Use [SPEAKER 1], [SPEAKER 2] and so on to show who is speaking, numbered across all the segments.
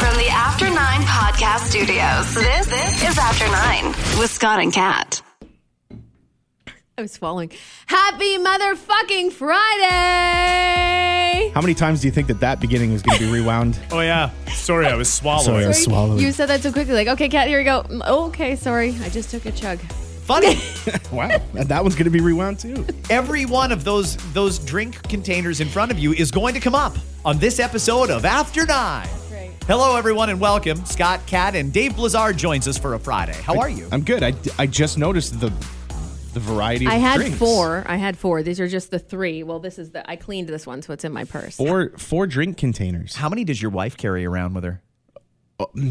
[SPEAKER 1] From the After Nine Podcast Studios, this, this is After Nine with Scott and Kat.
[SPEAKER 2] I was swallowing. Happy motherfucking Friday!
[SPEAKER 3] How many times do you think that that beginning is going to be rewound?
[SPEAKER 4] Oh yeah. Sorry, I was swallowing.
[SPEAKER 3] Sorry. swallowing.
[SPEAKER 2] You said that so quickly, like, okay, Kat, here we go. Mm, Okay, sorry, I just took a chug.
[SPEAKER 5] Funny.
[SPEAKER 3] wow, that that one's going to be rewound too.
[SPEAKER 5] Every one of those those drink containers in front of you is going to come up on this episode of After Nine.
[SPEAKER 2] right.
[SPEAKER 5] Hello, everyone, and welcome. Scott, Kat, and Dave Blizzard joins us for a Friday. How are you?
[SPEAKER 3] I'm good. I, I just noticed the the variety. Of
[SPEAKER 2] I had
[SPEAKER 3] drinks.
[SPEAKER 2] four. I had four. These are just the three. Well, this is the I cleaned this one, so it's in my purse.
[SPEAKER 3] Four four drink containers. mm,
[SPEAKER 5] How many does your wife carry around with her?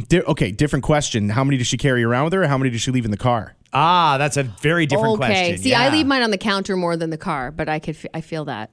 [SPEAKER 3] Di- okay, different question. How many does she carry around with her? How many does she leave in the car?
[SPEAKER 5] Ah, that's a very different
[SPEAKER 2] okay.
[SPEAKER 5] question.
[SPEAKER 2] See, I
[SPEAKER 5] Yeah.
[SPEAKER 2] leave mine on the counter more than the car, but I could f- I feel that.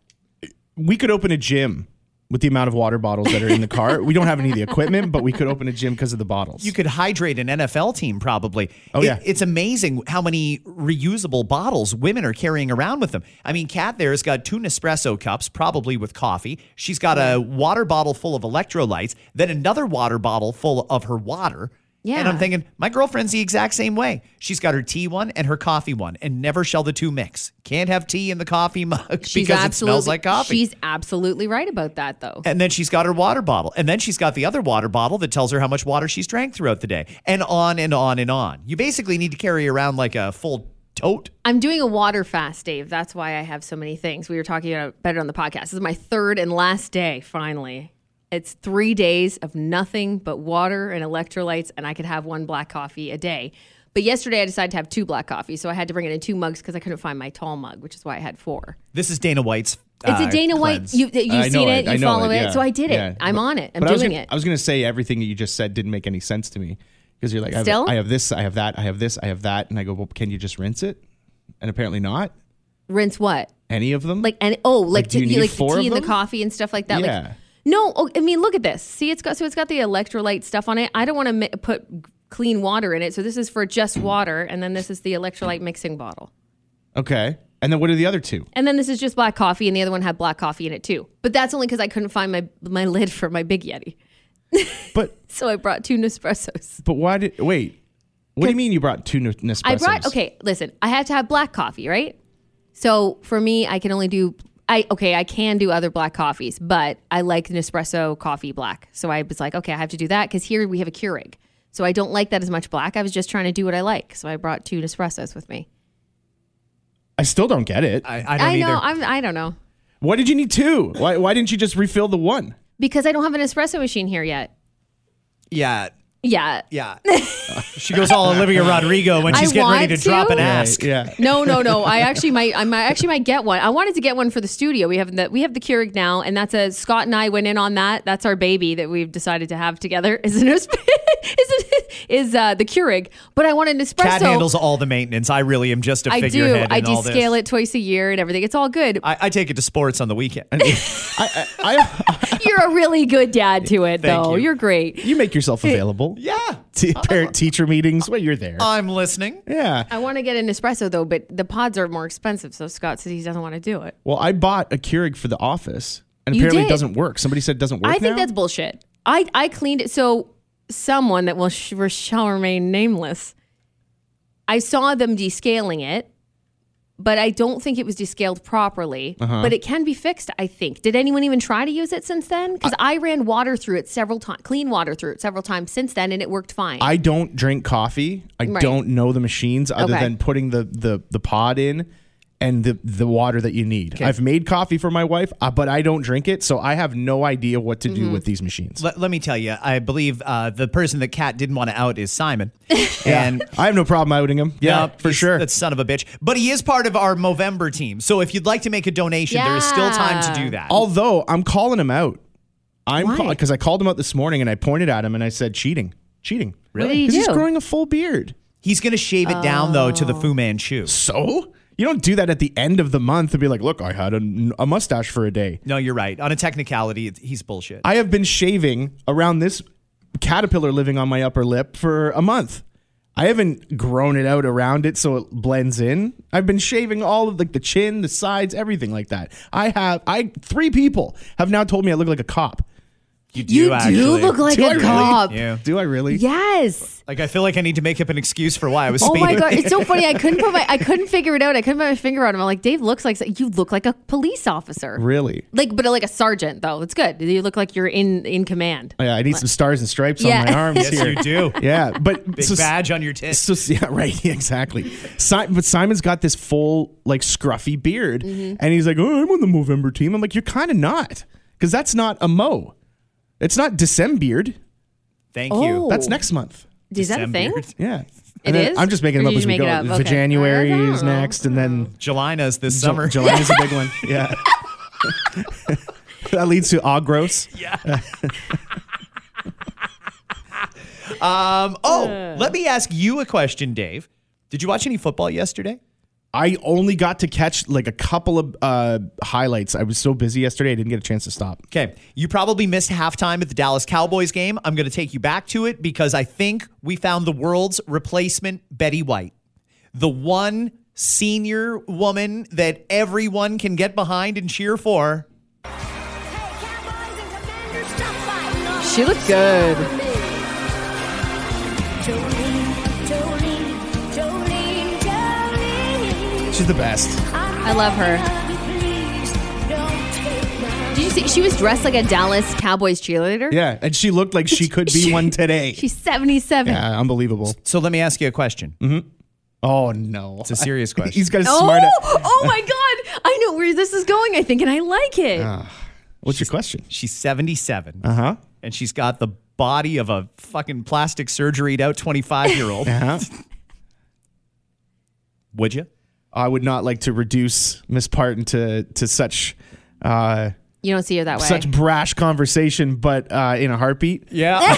[SPEAKER 3] We could open a gym with the amount of water bottles that are in the car. we don't have any of the equipment, but we could open a gym because of the bottles.
[SPEAKER 5] You could hydrate an NFL team probably.
[SPEAKER 3] Oh,
[SPEAKER 5] It-
[SPEAKER 3] yeah.
[SPEAKER 5] It's amazing how many reusable bottles women are carrying around with them. I mean, Kat there's got two Nespresso cups, probably with coffee. She's got a water bottle full of electrolytes, then another water bottle full of her water. And I'm
[SPEAKER 2] Yeah.
[SPEAKER 5] thinking, my girlfriend's the exact same way. She's got her tea one and her coffee one, and never shall the two mix. Can't have tea in the coffee mug
[SPEAKER 2] She's
[SPEAKER 5] because it
[SPEAKER 2] absolutely
[SPEAKER 5] smells like coffee.
[SPEAKER 2] She's absolutely right about that, though.
[SPEAKER 5] And then she's got her water bottle. And then she's got the other water bottle that tells her how much water she's drank throughout the day. And on and on and on. You basically need to carry around like a full tote.
[SPEAKER 2] I'm doing a water fast, Dave. That's why I have so many things. We were talking about it on the podcast. This is my third and last day, finally. It's three days of nothing but water and electrolytes, and I could have one black coffee a day. But yesterday I decided to have two black coffees, so I had to bring it in two mugs because I couldn't find my tall mug, which is why I had four.
[SPEAKER 5] This is Dana White's.
[SPEAKER 2] It's
[SPEAKER 5] uh,
[SPEAKER 2] a Dana White.
[SPEAKER 5] cleanse.
[SPEAKER 2] You, you've
[SPEAKER 3] Ah, I know
[SPEAKER 2] seen it,
[SPEAKER 3] I
[SPEAKER 2] you
[SPEAKER 3] know
[SPEAKER 2] follow it,
[SPEAKER 3] yeah.
[SPEAKER 2] so I did it.
[SPEAKER 3] Yeah.
[SPEAKER 2] I'm
[SPEAKER 3] But-
[SPEAKER 2] on it. I'm
[SPEAKER 3] but
[SPEAKER 2] doing
[SPEAKER 3] I was gonna-
[SPEAKER 2] it.
[SPEAKER 3] I was going to say everything that you just said didn't make any sense to me because you're like, I have,
[SPEAKER 2] Still?
[SPEAKER 3] I have this, I have that, I have this, I have that, and I go, well, can you just rinse it? And apparently not.
[SPEAKER 2] Rinse what?
[SPEAKER 3] Any of them?
[SPEAKER 2] Like and oh, like,
[SPEAKER 3] Like,
[SPEAKER 2] to-
[SPEAKER 3] do you
[SPEAKER 2] you
[SPEAKER 3] need
[SPEAKER 2] like the
[SPEAKER 3] four
[SPEAKER 2] tea
[SPEAKER 3] of
[SPEAKER 2] and the
[SPEAKER 3] them?
[SPEAKER 2] coffee and stuff like that.
[SPEAKER 3] Yeah.
[SPEAKER 2] Like no, oh, I mean look at this. See, it's got so it's got the electrolyte stuff on it. I don't want to mi- put clean water in it, so this is for just water, and then this is the electrolyte mixing bottle,
[SPEAKER 3] Okay. And then what are the other two?
[SPEAKER 2] and then this is just black coffee, and the other one had black coffee in it too. But that's only because I couldn't find my my lid for my big yeti,
[SPEAKER 3] But
[SPEAKER 2] so I brought two Nespressos.
[SPEAKER 3] but why did wait? What do you mean you brought two N- Nespressos?
[SPEAKER 2] I brought okay. Listen, I had to have black coffee, right? So for me, I can only do I okay. I can do other black coffees, but I like Nespresso coffee black. So I was like, okay, I have to do that because here we have a Keurig. So I don't like that as much black. I was just trying to do what I like. So I brought two Nespressos with me.
[SPEAKER 3] I still don't get it.
[SPEAKER 5] I, I don't
[SPEAKER 2] I, know.
[SPEAKER 5] either.
[SPEAKER 2] I'm, I don't know
[SPEAKER 3] why did you need two? Why why didn't you just refill the one?
[SPEAKER 2] because I don't have an espresso machine here yet. Yeah.
[SPEAKER 5] yeah. Yeah. she goes all Olivia Rodrigo when
[SPEAKER 2] I
[SPEAKER 5] she's getting ready to,
[SPEAKER 2] want
[SPEAKER 5] drop an
[SPEAKER 2] to.
[SPEAKER 5] ask.
[SPEAKER 3] Yeah.
[SPEAKER 2] No, no, no. I actually might. I might actually might get one. I wanted to get one for the studio. We have the we have the Keurig now, and that's a Scott and I went in on that. That's our baby that we've decided to have together. Is an is it is uh, the Keurig, but I want an espresso.
[SPEAKER 5] Kat handles all the maintenance. I really am just a
[SPEAKER 2] I do.
[SPEAKER 5] figurehead.
[SPEAKER 2] I
[SPEAKER 5] in
[SPEAKER 2] do
[SPEAKER 5] all this.
[SPEAKER 2] scale it twice a year and everything. It's all good.
[SPEAKER 5] I, I take it to sports on the weekend.
[SPEAKER 3] I, I, I
[SPEAKER 2] You're a really good dad to it,
[SPEAKER 5] Thank
[SPEAKER 2] though.
[SPEAKER 5] you.
[SPEAKER 2] You. are great.
[SPEAKER 3] you make yourself available.
[SPEAKER 5] yeah.
[SPEAKER 3] T- parent teacher meetings. Well, you're there.
[SPEAKER 2] Uh,
[SPEAKER 5] I'm listening.
[SPEAKER 3] yeah.
[SPEAKER 2] I want to get an espresso though, but the pods are more expensive, so Scott says he doesn't want to do it.
[SPEAKER 3] Well, I bought a Keurig for the office, and
[SPEAKER 2] You
[SPEAKER 3] apparently
[SPEAKER 2] did.
[SPEAKER 3] it doesn't work. Somebody said it doesn't work.
[SPEAKER 2] I think
[SPEAKER 3] now?
[SPEAKER 2] that's bullshit. I, I cleaned it. So someone that will sh- will shall remain nameless. I saw them descaling it, but I don't think it was descaled properly.
[SPEAKER 3] Uh-huh.
[SPEAKER 2] But it can be fixed, I think. Did anyone even try to use it since then? Because I, ran water through it several times, clean water through it several times since then, and it worked fine.
[SPEAKER 3] I don't drink coffee. I
[SPEAKER 2] Right.
[SPEAKER 3] don't know the machines other
[SPEAKER 2] Okay.
[SPEAKER 3] than putting the, the the pod in and the the water that you need. I've made coffee for my wife, uh, but I don't drink it, so I have no idea what to
[SPEAKER 2] Mm-hmm.
[SPEAKER 3] do with these machines.
[SPEAKER 5] Let, let me tell you, I believe uh, the person that Kat didn't want to out is Simon. And
[SPEAKER 3] I have no problem outing them. Yeah,
[SPEAKER 5] Nope,
[SPEAKER 3] for
[SPEAKER 5] he's-
[SPEAKER 3] sure.
[SPEAKER 5] That son of a bitch. But he is part of our Movember team. So if you'd like to make a donation, there is still time to
[SPEAKER 2] Yeah.
[SPEAKER 5] do that.
[SPEAKER 3] Although I'm calling him out. I'm
[SPEAKER 2] Why?
[SPEAKER 3] because I called him out this morning and I pointed at him and I said cheating, cheating.
[SPEAKER 2] Really? did he
[SPEAKER 3] Because he's
[SPEAKER 2] do?
[SPEAKER 3] growing a full beard.
[SPEAKER 5] He's going to shave it down, though,
[SPEAKER 2] Oh.
[SPEAKER 5] to the Fu Manchu.
[SPEAKER 3] So you don't do that at the end of the month and be like, look, I had a, a mustache for a day.
[SPEAKER 5] No, you're right. On a technicality, it's- he's bullshit.
[SPEAKER 3] I have been shaving around this caterpillar living on my upper lip for a month. I haven't grown it out around it so it blends in. I've been shaving all of like the chin, the sides, everything like that. I have I three people have now told me I look like a cop.
[SPEAKER 5] You do,
[SPEAKER 2] You do
[SPEAKER 5] actually.
[SPEAKER 2] look like
[SPEAKER 3] Do I
[SPEAKER 2] a
[SPEAKER 3] really?
[SPEAKER 2] cop.
[SPEAKER 5] Yeah.
[SPEAKER 3] Do I really?
[SPEAKER 2] Yes.
[SPEAKER 5] Like I feel like I need to make up an excuse for why I was
[SPEAKER 2] Oh
[SPEAKER 5] speeding.
[SPEAKER 2] my god, it's so funny. I couldn't put my I couldn't figure it out. I couldn't put my finger on him. I'm like, Dave looks like you look like a police officer.
[SPEAKER 3] Really?
[SPEAKER 2] Like, but like a sergeant though. It's good. You look like you're in in command.
[SPEAKER 3] Oh, yeah, I need some stars and stripes
[SPEAKER 2] Yeah.
[SPEAKER 3] on my arms
[SPEAKER 5] yes,
[SPEAKER 3] here.
[SPEAKER 5] you do.
[SPEAKER 3] Yeah, but
[SPEAKER 5] Big
[SPEAKER 3] so-
[SPEAKER 5] badge on your tit.
[SPEAKER 3] So yeah, right, yeah, exactly. Si- but Simon's got this full like scruffy beard,
[SPEAKER 2] Mm-hmm.
[SPEAKER 3] and he's like, "Oh, I'm on the Movember team." I'm like, "You're kind of not, because that's not a mo. It's not Decembeard.
[SPEAKER 5] Thank
[SPEAKER 2] Oh.
[SPEAKER 5] you.
[SPEAKER 3] That's next month.
[SPEAKER 2] Is that a thing?
[SPEAKER 5] December.
[SPEAKER 3] Yeah,
[SPEAKER 2] It
[SPEAKER 3] And then-
[SPEAKER 2] is?
[SPEAKER 3] I'm just making
[SPEAKER 2] Or
[SPEAKER 3] them up
[SPEAKER 2] did
[SPEAKER 3] as
[SPEAKER 2] you
[SPEAKER 3] we
[SPEAKER 2] make
[SPEAKER 3] go.
[SPEAKER 2] it up?
[SPEAKER 3] For
[SPEAKER 2] Okay.
[SPEAKER 3] January
[SPEAKER 2] I don't
[SPEAKER 3] is
[SPEAKER 2] know.
[SPEAKER 3] next, and then
[SPEAKER 5] Jelina's this
[SPEAKER 3] Ju-
[SPEAKER 5] summer.
[SPEAKER 3] July is a big one. Yeah. that leads to Agros.
[SPEAKER 5] Um, oh, let me ask you a question, Dave. Did you watch any football yesterday?
[SPEAKER 3] I only got to catch like a couple of uh, highlights. I was so busy yesterday, I didn't get a chance to stop.
[SPEAKER 5] Okay. You probably missed halftime at the Dallas Cowboys game. I'm going to take you back to it because I think we found the world's replacement Betty White, the one senior woman that everyone can get behind and cheer for.
[SPEAKER 2] She looked good.
[SPEAKER 3] She's the best.
[SPEAKER 2] I love her. Did you see she was dressed like a Dallas Cowboys cheerleader?
[SPEAKER 3] Yeah, and she looked like she could be one today.
[SPEAKER 2] She's 77.
[SPEAKER 3] Yeah, unbelievable.
[SPEAKER 5] So let me ask you a question.
[SPEAKER 3] Oh no,
[SPEAKER 5] It's a serious question.
[SPEAKER 3] He's got a
[SPEAKER 2] Oh,
[SPEAKER 3] smart.
[SPEAKER 2] oh my god. I know where this is going, I think, and I like it.
[SPEAKER 3] What's your question?
[SPEAKER 5] She's 77.
[SPEAKER 3] Uh huh.
[SPEAKER 5] and she's got the body of a fucking plastic surgeried out 25 year old.
[SPEAKER 3] Uh huh.
[SPEAKER 5] Would you?
[SPEAKER 3] I would not like to reduce Miss Parton to to such uh,
[SPEAKER 2] you don't see her that way.
[SPEAKER 3] such brash conversation, but uh, in a heartbeat.
[SPEAKER 5] Yeah.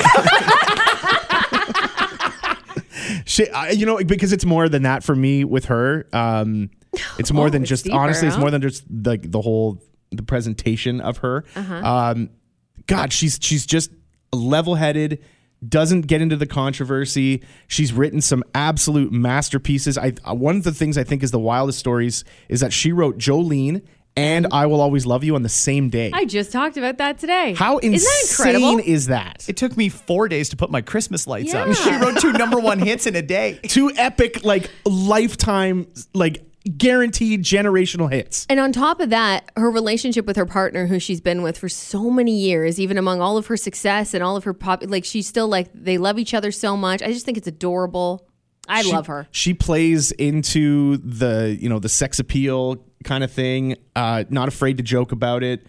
[SPEAKER 3] She, I, you know, because it's more than that for me with her. Um, it's more
[SPEAKER 2] Oh,
[SPEAKER 3] than
[SPEAKER 2] it's
[SPEAKER 3] just
[SPEAKER 2] deeper,
[SPEAKER 3] honestly, it's
[SPEAKER 2] huh?
[SPEAKER 3] more than just like the whole the presentation of her.
[SPEAKER 2] Uh-huh.
[SPEAKER 3] Um, God, she's she's just level headed. Doesn't get into the controversy. She's written some absolute masterpieces. I uh, one of the things I think is the wildest stories is that she wrote Jolene and I Will Always Love You on the same day.
[SPEAKER 2] Mm-hmm. I just talked about that today.
[SPEAKER 3] How insane
[SPEAKER 2] Isn't that incredible?
[SPEAKER 3] is that?
[SPEAKER 5] it took me four days to put my Christmas lights up.
[SPEAKER 2] Yeah.
[SPEAKER 5] She wrote two number one hits in a day.
[SPEAKER 3] Two epic, like lifetime, like guaranteed generational hits.
[SPEAKER 2] And on top of that, her relationship with her partner, who she's been with for so many years, even among all of her success and all of her pop, like she's still like they love each other so much. I just think it's adorable. I
[SPEAKER 3] she-
[SPEAKER 2] love her.
[SPEAKER 3] She plays into the you know the sex appeal kind of thing. Uh, not afraid to joke about it.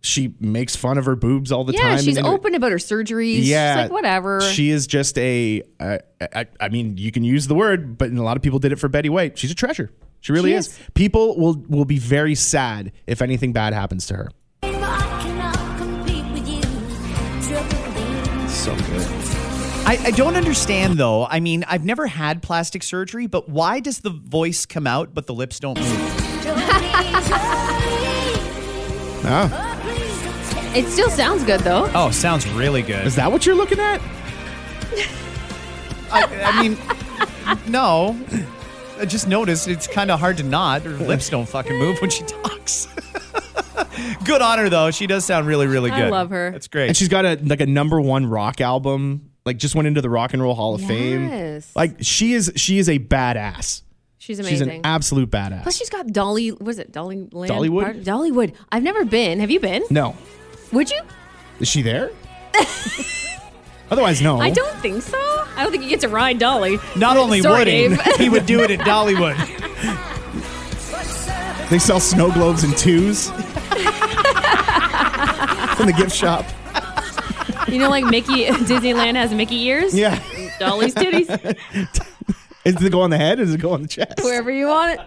[SPEAKER 3] She makes fun of her boobs all the time.
[SPEAKER 2] Yeah,
[SPEAKER 3] and
[SPEAKER 2] she's
[SPEAKER 3] then-
[SPEAKER 2] open about her surgeries. she's like whatever.
[SPEAKER 3] She is just a. Uh, I, I mean, you can use the word, but a lot of people did it for Betty White. She's a treasure. She really
[SPEAKER 2] She
[SPEAKER 3] is.
[SPEAKER 2] is.
[SPEAKER 3] People will will be very sad if anything bad happens to her. So good.
[SPEAKER 5] I, I don't understand though. I mean, I've never had plastic surgery, but why does the voice come out but the lips don't move?
[SPEAKER 3] Ah,
[SPEAKER 2] it still sounds good though.
[SPEAKER 5] Oh, sounds really good.
[SPEAKER 3] is that what you're looking at?
[SPEAKER 5] I, I mean, no. I just noticed it's kind of hard to nod. Her lips don't fucking move when she talks. good on her though. She does sound really, really
[SPEAKER 2] I
[SPEAKER 5] good.
[SPEAKER 2] love her.
[SPEAKER 5] That's great.
[SPEAKER 3] And she's got a like a number one rock album. Like just went into the Rock and Roll Hall of Fame.
[SPEAKER 2] Yes.
[SPEAKER 3] Like she is she is a badass.
[SPEAKER 2] She's
[SPEAKER 3] She's
[SPEAKER 2] amazing.
[SPEAKER 3] an absolute badass.
[SPEAKER 2] Plus, she's got Dolly. Was it Dolly Land?
[SPEAKER 3] Dollywood?
[SPEAKER 2] Pardon? Dollywood. I've never been. Have you been?
[SPEAKER 3] no,
[SPEAKER 2] Would you?
[SPEAKER 3] is she there? Otherwise, no.
[SPEAKER 2] I don't think so. I don't think you get to ride Dolly.
[SPEAKER 5] Not only
[SPEAKER 2] Sorry,
[SPEAKER 5] would he,
[SPEAKER 2] Dave.
[SPEAKER 5] he would do it at Dollywood.
[SPEAKER 3] They sell snow globes in twos in the gift shop.
[SPEAKER 2] You know, like Mickey Disneyland has Mickey ears.
[SPEAKER 3] Yeah,
[SPEAKER 2] Dolly's titties.
[SPEAKER 3] is it go on the head? Or does it go on the chest?
[SPEAKER 2] Wherever you want it.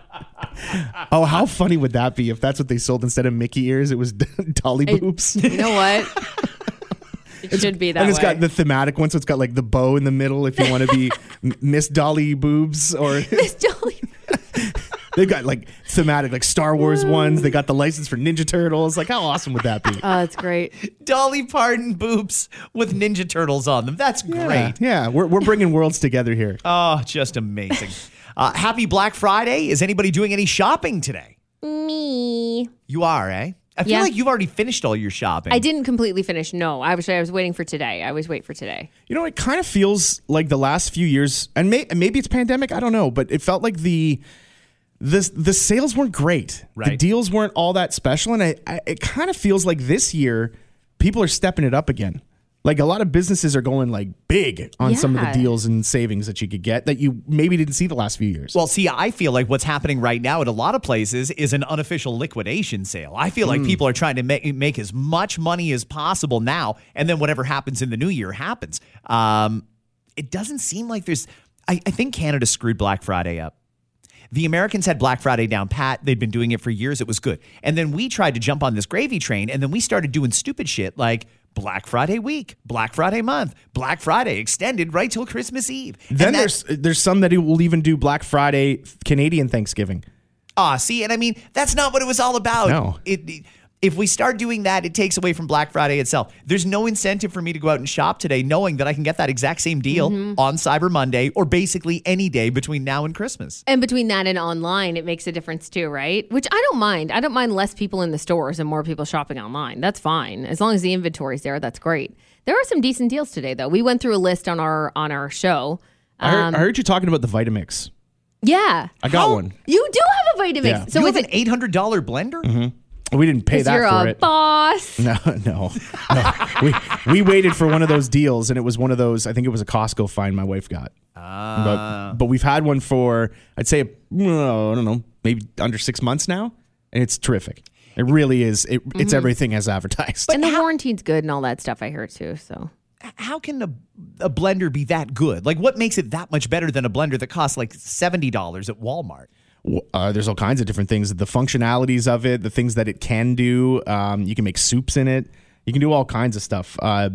[SPEAKER 3] Oh, how funny would that be if that's what they sold instead of Mickey ears? It was Dolly
[SPEAKER 2] It-
[SPEAKER 3] boobs.
[SPEAKER 2] You know what? It should be that
[SPEAKER 3] and it's
[SPEAKER 2] way.
[SPEAKER 3] got the thematic one, so it's got like the bow in the middle if you want to be M- Miss Dolly boobs, or
[SPEAKER 2] Miss Dolly.
[SPEAKER 3] they've got like thematic like Star Wars ones. They got the license for Ninja Turtles. Like, how awesome would that be?
[SPEAKER 2] Oh, it's great.
[SPEAKER 5] Dolly Parton boobs with Ninja Turtles on them. That's
[SPEAKER 3] Yeah,
[SPEAKER 5] great.
[SPEAKER 3] yeah, we're we're bringing worlds together here.
[SPEAKER 5] Oh, just amazing. uh, happy Black Friday. Is anybody doing any shopping today?
[SPEAKER 2] Me.
[SPEAKER 5] You are, eh? I feel
[SPEAKER 2] Yeah.
[SPEAKER 5] like you've already finished all your shopping.
[SPEAKER 2] I didn't completely finish. No, I was I was waiting for today. I was wait for today.
[SPEAKER 3] You know, it kind of feels like the last few years, and may, maybe it's pandemic. I don't know, but it felt like the the the sales weren't great. The
[SPEAKER 5] Right.
[SPEAKER 3] deals weren't all that special, and I, I it kind of feels like this year people are stepping it up again. Like a lot of businesses are going like big on some of the
[SPEAKER 2] Yeah.
[SPEAKER 3] deals and savings that you could get that you maybe didn't see the last few years.
[SPEAKER 5] Well, see, I feel like what's happening right now at a lot of places is an unofficial liquidation sale. I feel
[SPEAKER 3] Hmm.
[SPEAKER 5] like people are trying to make, make as much money as possible now, and then whatever happens in the new year happens. Um, it doesn't seem like there's. I, I think Canada screwed Black Friday up. The Americans had Black Friday down pat. They'd been doing it for years. It was good. And then we tried to jump on this gravy train, and then we started doing stupid shit like Black Friday week, Black Friday month, Black Friday extended right till Christmas Eve. And
[SPEAKER 3] then
[SPEAKER 5] that-
[SPEAKER 3] there's there's some that will even do Black Friday Canadian Thanksgiving.
[SPEAKER 5] Ah, see, and I mean that's not what it was all about.
[SPEAKER 3] No.
[SPEAKER 5] It, it- if we start doing that, it takes away from Black Friday itself. There's no incentive for me to go out and shop today, knowing that I can get that exact same deal
[SPEAKER 2] Mm-hmm.
[SPEAKER 5] on Cyber Monday or basically any day between now and Christmas.
[SPEAKER 2] And between that and online, it makes a difference too, right? Which I don't mind. I don't mind less people in the stores and more people shopping online. That's fine. As long as the inventory's there, that's great. There are some decent deals today though. We went through a list on our on our show.
[SPEAKER 3] I,
[SPEAKER 2] Um,
[SPEAKER 3] heard, I heard you talking about the Vitamix.
[SPEAKER 2] Yeah.
[SPEAKER 3] I got one.
[SPEAKER 2] You do have a Vitamix.
[SPEAKER 3] Yeah.
[SPEAKER 2] So
[SPEAKER 5] you
[SPEAKER 2] it's
[SPEAKER 5] have an eight hundred dollar blender.
[SPEAKER 3] Mm-hmm. We didn't pay that
[SPEAKER 2] you're
[SPEAKER 3] for
[SPEAKER 2] a
[SPEAKER 3] it. Mm.
[SPEAKER 2] boss.
[SPEAKER 3] No, no, no. we we waited for one of those deals, and it was one of those. I think it was a Costco find my wife got. But, but we've had one for I'd say no, I don't know, maybe under six months now, and it's terrific. It really is. It, It's everything as advertised.
[SPEAKER 2] and the warranty's good and all that stuff I hear too. So
[SPEAKER 5] How can a, a blender be that good? Like, what makes it that much better than a blender that costs like seventy dollars at Walmart?
[SPEAKER 3] W- uh, there's all kinds of different things. The functionalities of it, the things that it can do. Um, you can make soups in it. You can do all kinds of stuff. Uh,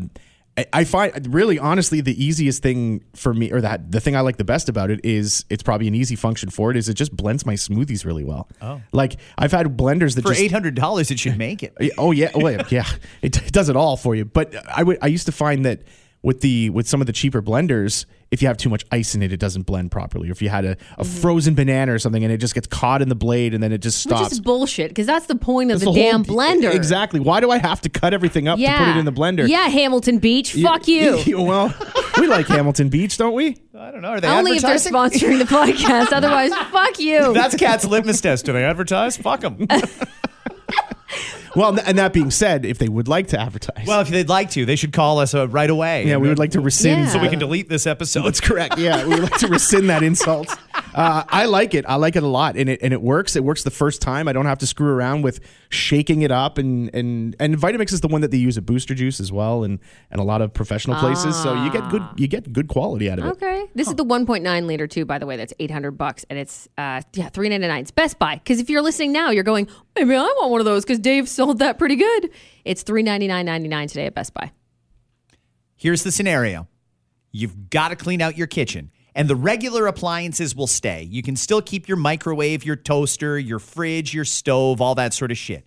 [SPEAKER 3] I, I find really, honestly, the easiest thing for me, or that the thing I like the best about it is it's probably an easy function for it. Is it just blends my smoothies really well? Oh, like I've had blenders that
[SPEAKER 5] For
[SPEAKER 3] just
[SPEAKER 5] eight hundred dollars, it should make it.
[SPEAKER 3] yeah, Oh yeah, oh yeah, yeah. It, it does it all for you. But I would I used to find that with the with some of the cheaper blenders, if you have too much ice in it, it doesn't blend properly. Or if you had a, a frozen banana or something, and it just gets caught in the blade, and then it just
[SPEAKER 2] Mm-hmm. Which
[SPEAKER 3] stops.
[SPEAKER 2] is bullshit, because that's the point of
[SPEAKER 3] That's
[SPEAKER 2] the,
[SPEAKER 3] whole-
[SPEAKER 2] damn blender.
[SPEAKER 3] Exactly. Why do I have to cut everything up
[SPEAKER 2] Yeah.
[SPEAKER 3] to put it in the blender?
[SPEAKER 2] Yeah, Hamilton Beach. Fuck you.
[SPEAKER 3] well, we like Hamilton Beach, don't we?
[SPEAKER 5] I don't know. Are they
[SPEAKER 2] Only if they're
[SPEAKER 5] advertising?
[SPEAKER 2] sponsoring the podcast. Otherwise, fuck you.
[SPEAKER 5] That's Cat's litmus test. Do they advertise? Fuck them.
[SPEAKER 3] Well, and that being said, if they would like to advertise,
[SPEAKER 5] Well, if they'd like to, they should call us uh, right away.
[SPEAKER 3] yeah, we would like to rescind.
[SPEAKER 2] Yeah. So
[SPEAKER 5] We can delete this episode.
[SPEAKER 3] That's correct. Yeah, we would like to rescind that insult. Uh, I like it. I like it a lot, and it and it works. It works the first time. I don't have to screw around with shaking it up, and and and Vitamix is the one that they use at Booster Juice as well, and and a lot of professional places. So you get good you get good quality out of it.
[SPEAKER 2] Okay. This is the 1.9 liter too, by the way. That's 800 bucks, and it's uh yeah 399. It's Best Buy. Because if you're listening now, you're going maybe I want one of those because Dave sold that pretty good. It's 399.99 today at Best Buy.
[SPEAKER 5] Here's the scenario you've got to clean out your kitchen, and the regular appliances will stay. You can still keep your microwave, your toaster, your fridge, your stove, all that sort of shit.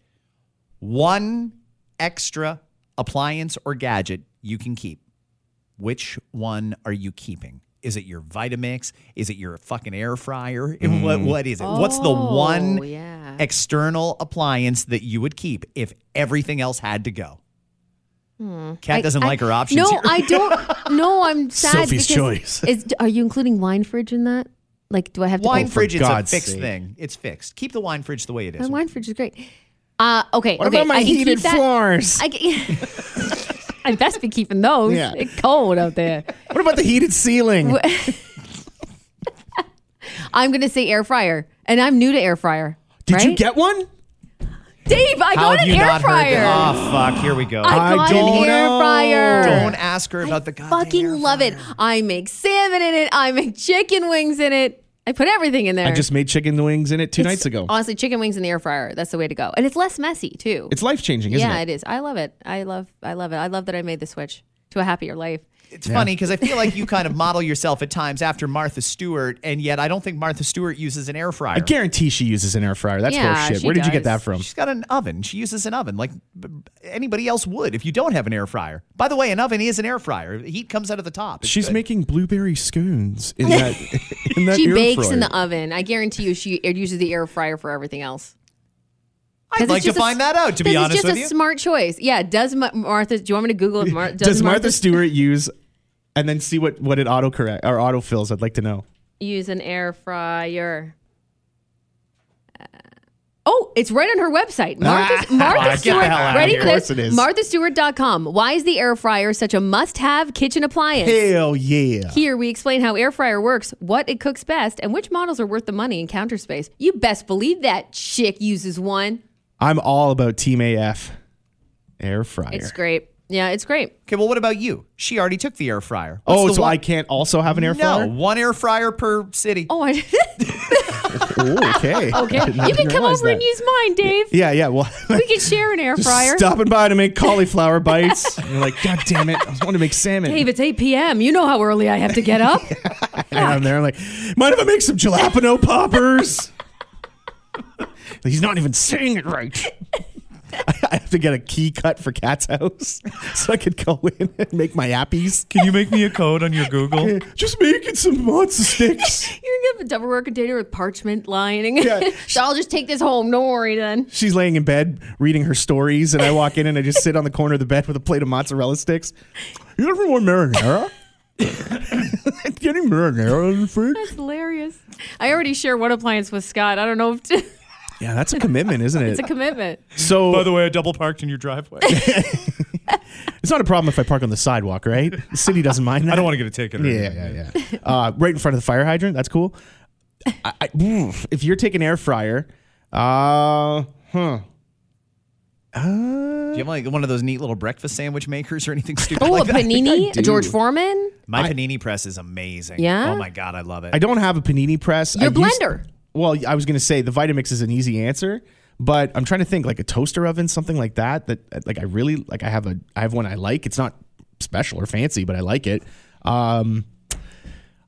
[SPEAKER 5] One extra appliance or gadget you can keep. Which one are you keeping? Is it your Vitamix? Is it your fucking air fryer? What, what is it? What's the
[SPEAKER 3] Oh,
[SPEAKER 2] Oh,
[SPEAKER 5] one
[SPEAKER 2] yeah.
[SPEAKER 5] external appliance that you would keep if everything else had to go? Kat doesn't
[SPEAKER 2] Hmm. I-
[SPEAKER 5] like her options.
[SPEAKER 2] No,
[SPEAKER 5] here.
[SPEAKER 2] I don't. No, I'm sad. because
[SPEAKER 3] Sophie's choice.
[SPEAKER 2] Is, are you including wine fridge in that? Like, do I have to
[SPEAKER 5] wine
[SPEAKER 3] Oh, for
[SPEAKER 5] fridge is a
[SPEAKER 3] God's
[SPEAKER 5] fixed
[SPEAKER 3] sake.
[SPEAKER 5] thing. It's fixed. Keep the wine fridge the way it is.
[SPEAKER 2] My wine fridge is great. Uh, okay.
[SPEAKER 3] What
[SPEAKER 2] okay,
[SPEAKER 3] about my
[SPEAKER 2] I can keep
[SPEAKER 3] heated
[SPEAKER 2] that-
[SPEAKER 3] floors?
[SPEAKER 2] I, can- I best be keeping those.
[SPEAKER 3] Yeah.
[SPEAKER 2] It's cold out there.
[SPEAKER 3] what about the heated ceiling?
[SPEAKER 2] I'm gonna say air fryer, and I'm new to air fryer.
[SPEAKER 3] Did you
[SPEAKER 2] right?
[SPEAKER 3] get one?
[SPEAKER 2] Dave? I
[SPEAKER 5] How
[SPEAKER 2] got
[SPEAKER 5] have
[SPEAKER 2] an
[SPEAKER 5] you
[SPEAKER 2] air
[SPEAKER 5] not
[SPEAKER 2] fryer.
[SPEAKER 5] heard that? Oh fuck! Here we go.
[SPEAKER 2] I got
[SPEAKER 3] don't
[SPEAKER 2] an air
[SPEAKER 3] know.
[SPEAKER 2] fryer.
[SPEAKER 5] Don't ask her about the
[SPEAKER 2] I
[SPEAKER 5] goddamn air
[SPEAKER 2] fucking love it. I make salmon in it. I make chicken wings in it. I put everything in there.
[SPEAKER 3] I just made chicken wings in it two nights ago.
[SPEAKER 2] Honestly, chicken wings in the air fryer. That's the way to go, and it's less messy too.
[SPEAKER 3] It's life changing, isn't
[SPEAKER 2] yeah,
[SPEAKER 3] it?
[SPEAKER 2] it is. I love it. I love. I love it. I love that I made the switch to a happier life.
[SPEAKER 5] It's funny because I feel like you kind of model yourself at times after Martha Stewart, and yet I don't think Martha Stewart uses an air fryer.
[SPEAKER 3] I guarantee she uses an air fryer. That's
[SPEAKER 2] Yeah,
[SPEAKER 3] horseshit.
[SPEAKER 2] she
[SPEAKER 3] Where did you get
[SPEAKER 2] does.
[SPEAKER 3] that from?
[SPEAKER 5] She's got an oven. She uses an oven like b- anybody else would if you don't have an air fryer. By the way, an oven is an air fryer. The heat comes out of the top. It's
[SPEAKER 3] She's
[SPEAKER 5] good.
[SPEAKER 3] making blueberry scones in that. in that
[SPEAKER 2] She
[SPEAKER 3] air
[SPEAKER 2] bakes
[SPEAKER 3] fryer.
[SPEAKER 2] in the oven. I guarantee you, she uses the air fryer for everything else.
[SPEAKER 5] I'd
[SPEAKER 2] 'Cause
[SPEAKER 5] like
[SPEAKER 2] it's
[SPEAKER 5] to
[SPEAKER 2] just a
[SPEAKER 5] find
[SPEAKER 2] s-
[SPEAKER 5] that out, to be
[SPEAKER 2] 'cause
[SPEAKER 5] honest
[SPEAKER 2] it's just
[SPEAKER 5] with
[SPEAKER 2] a
[SPEAKER 5] you.
[SPEAKER 2] smart choice. Yeah. Does Ma- Martha? Do you want me to Google if Mar-
[SPEAKER 3] Does Martha
[SPEAKER 2] Stewart
[SPEAKER 3] Stewart use and then see what what it autocorrect or autofills? I'd like to know.
[SPEAKER 2] use an air fryer? Uh, Oh, it's right on her website. Martha,
[SPEAKER 3] Ah, Get
[SPEAKER 2] Martha
[SPEAKER 3] the
[SPEAKER 2] Stewart.
[SPEAKER 3] hell out of
[SPEAKER 2] Ready
[SPEAKER 3] here.
[SPEAKER 2] for this?
[SPEAKER 3] Of course it is.
[SPEAKER 2] MarthaStewart.com. Why is the air fryer such a must-have kitchen appliance?
[SPEAKER 3] Hell yeah.
[SPEAKER 2] Here we explain how air fryer works, what it cooks best, and which models are worth the money in counter space. You best believe that chick uses one.
[SPEAKER 3] I'm all about Team AF air fryer.
[SPEAKER 2] It's great. Yeah, it's great.
[SPEAKER 5] Okay, well, what about you? She already took the air fryer. What's
[SPEAKER 3] Oh,
[SPEAKER 5] the
[SPEAKER 3] so
[SPEAKER 5] one-
[SPEAKER 3] I can't also have an air
[SPEAKER 5] No,
[SPEAKER 3] fryer?
[SPEAKER 5] one air fryer per city.
[SPEAKER 2] Oh, I,
[SPEAKER 3] Ooh, okay.
[SPEAKER 2] okay. you can come over and use mine, Dave.
[SPEAKER 3] Yeah, yeah. Well,
[SPEAKER 2] We can share an air
[SPEAKER 3] just
[SPEAKER 2] fryer.
[SPEAKER 3] stopping by to make cauliflower bites. and you're like, God damn it. I was wanting to make salmon.
[SPEAKER 2] Dave, it's 8 p.m. You know how early I have to get up.
[SPEAKER 3] And I'm there. I'm like, mind if I make some jalapeno poppers? He's not even saying it right. I have to get a key cut for Cat's House so I could go in and make my appies.
[SPEAKER 5] Can you make me a code on your Google?
[SPEAKER 3] Just making some monster sticks.
[SPEAKER 2] You're going to have a Tupperware container with parchment lining.
[SPEAKER 3] Yeah.
[SPEAKER 2] so I'll just take this home. Don't worry then.
[SPEAKER 3] She's laying in bed reading her stories, and I walk in and I just sit on the corner of the bed with a plate of mozzarella sticks. You ever want marinara? Getting marinara in the fridge?
[SPEAKER 2] That's hilarious. I already share one appliance with Scott. I don't know if t-
[SPEAKER 3] Yeah, that's a commitment, isn't it?
[SPEAKER 2] it's a commitment.
[SPEAKER 3] so
[SPEAKER 4] By the way, I double parked in your driveway. I
[SPEAKER 3] it's not a problem if I park on the sidewalk, right? The city doesn't mind that.
[SPEAKER 4] don't want to get a ticket. Or
[SPEAKER 3] Yeah,
[SPEAKER 4] anything.
[SPEAKER 3] yeah, yeah. uh, right in front of the fire hydrant. That's cool. I, I, oof, if you're taking air fryer, uh, huh? Uh,
[SPEAKER 5] Do you have like one of those neat little breakfast sandwich makers or anything stupid
[SPEAKER 2] Oh,
[SPEAKER 5] like
[SPEAKER 2] a
[SPEAKER 5] that?
[SPEAKER 2] panini,
[SPEAKER 3] do.
[SPEAKER 2] a George Foreman.
[SPEAKER 5] My panini press is amazing.
[SPEAKER 2] Yeah?
[SPEAKER 5] Oh my god, I love it.
[SPEAKER 3] I don't have a panini press.
[SPEAKER 2] Your
[SPEAKER 3] I used-
[SPEAKER 2] blender.
[SPEAKER 3] well, I was gonna say the Vitamix is an easy answer, but I'm trying to think like a toaster oven, something like that. That like I really like. I have a I have one I like. It's not special or fancy, but I like it. Um,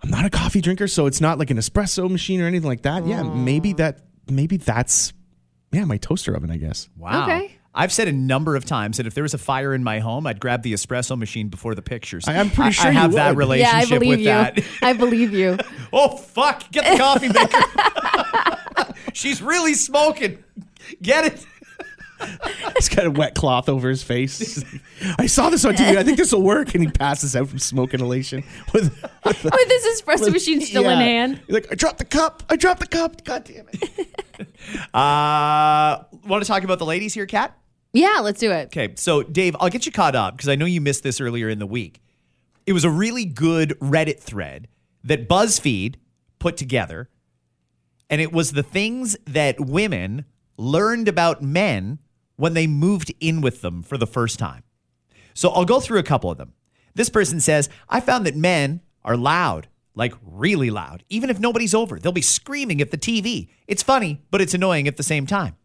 [SPEAKER 3] I'm not a coffee drinker, so it's not like an espresso machine or anything like that. Yeah, maybe that maybe that's yeah my toaster oven, I guess.
[SPEAKER 5] wow.
[SPEAKER 2] Okay.
[SPEAKER 5] I've said a number of times that if there was a fire in my home, I'd grab the espresso machine before the pictures.
[SPEAKER 3] I- I'm pretty sure
[SPEAKER 5] I
[SPEAKER 3] you
[SPEAKER 5] have that
[SPEAKER 3] would.
[SPEAKER 5] relationship with
[SPEAKER 2] you.
[SPEAKER 5] that.
[SPEAKER 2] I believe you.
[SPEAKER 5] Oh fuck! Get the coffee maker. She's really smoking. Get it.
[SPEAKER 3] He's got a wet cloth over his face. He's like, I saw this on TV. I think this will work. And he passes out from smoke inhalation. With, with the,
[SPEAKER 2] With Oh, this espresso machine still in
[SPEAKER 3] Yeah.
[SPEAKER 2] hand.
[SPEAKER 3] He's like, I dropped the cup. I dropped the cup. God damn it.
[SPEAKER 5] Uh, want to talk about the ladies here, Kat?
[SPEAKER 2] Yeah, let's do it.
[SPEAKER 5] Okay, so Dave, I'll get you caught up because I know you missed this earlier in the week. It was a really good Reddit thread that BuzzFeed put together, and it was the things that women learned about men when they moved in with them for the first time. So I'll go through a couple of them. This person says, I found that men are loud, like really loud, even if nobody's over. They'll be screaming at the TV. It's funny, but it's annoying at the same time.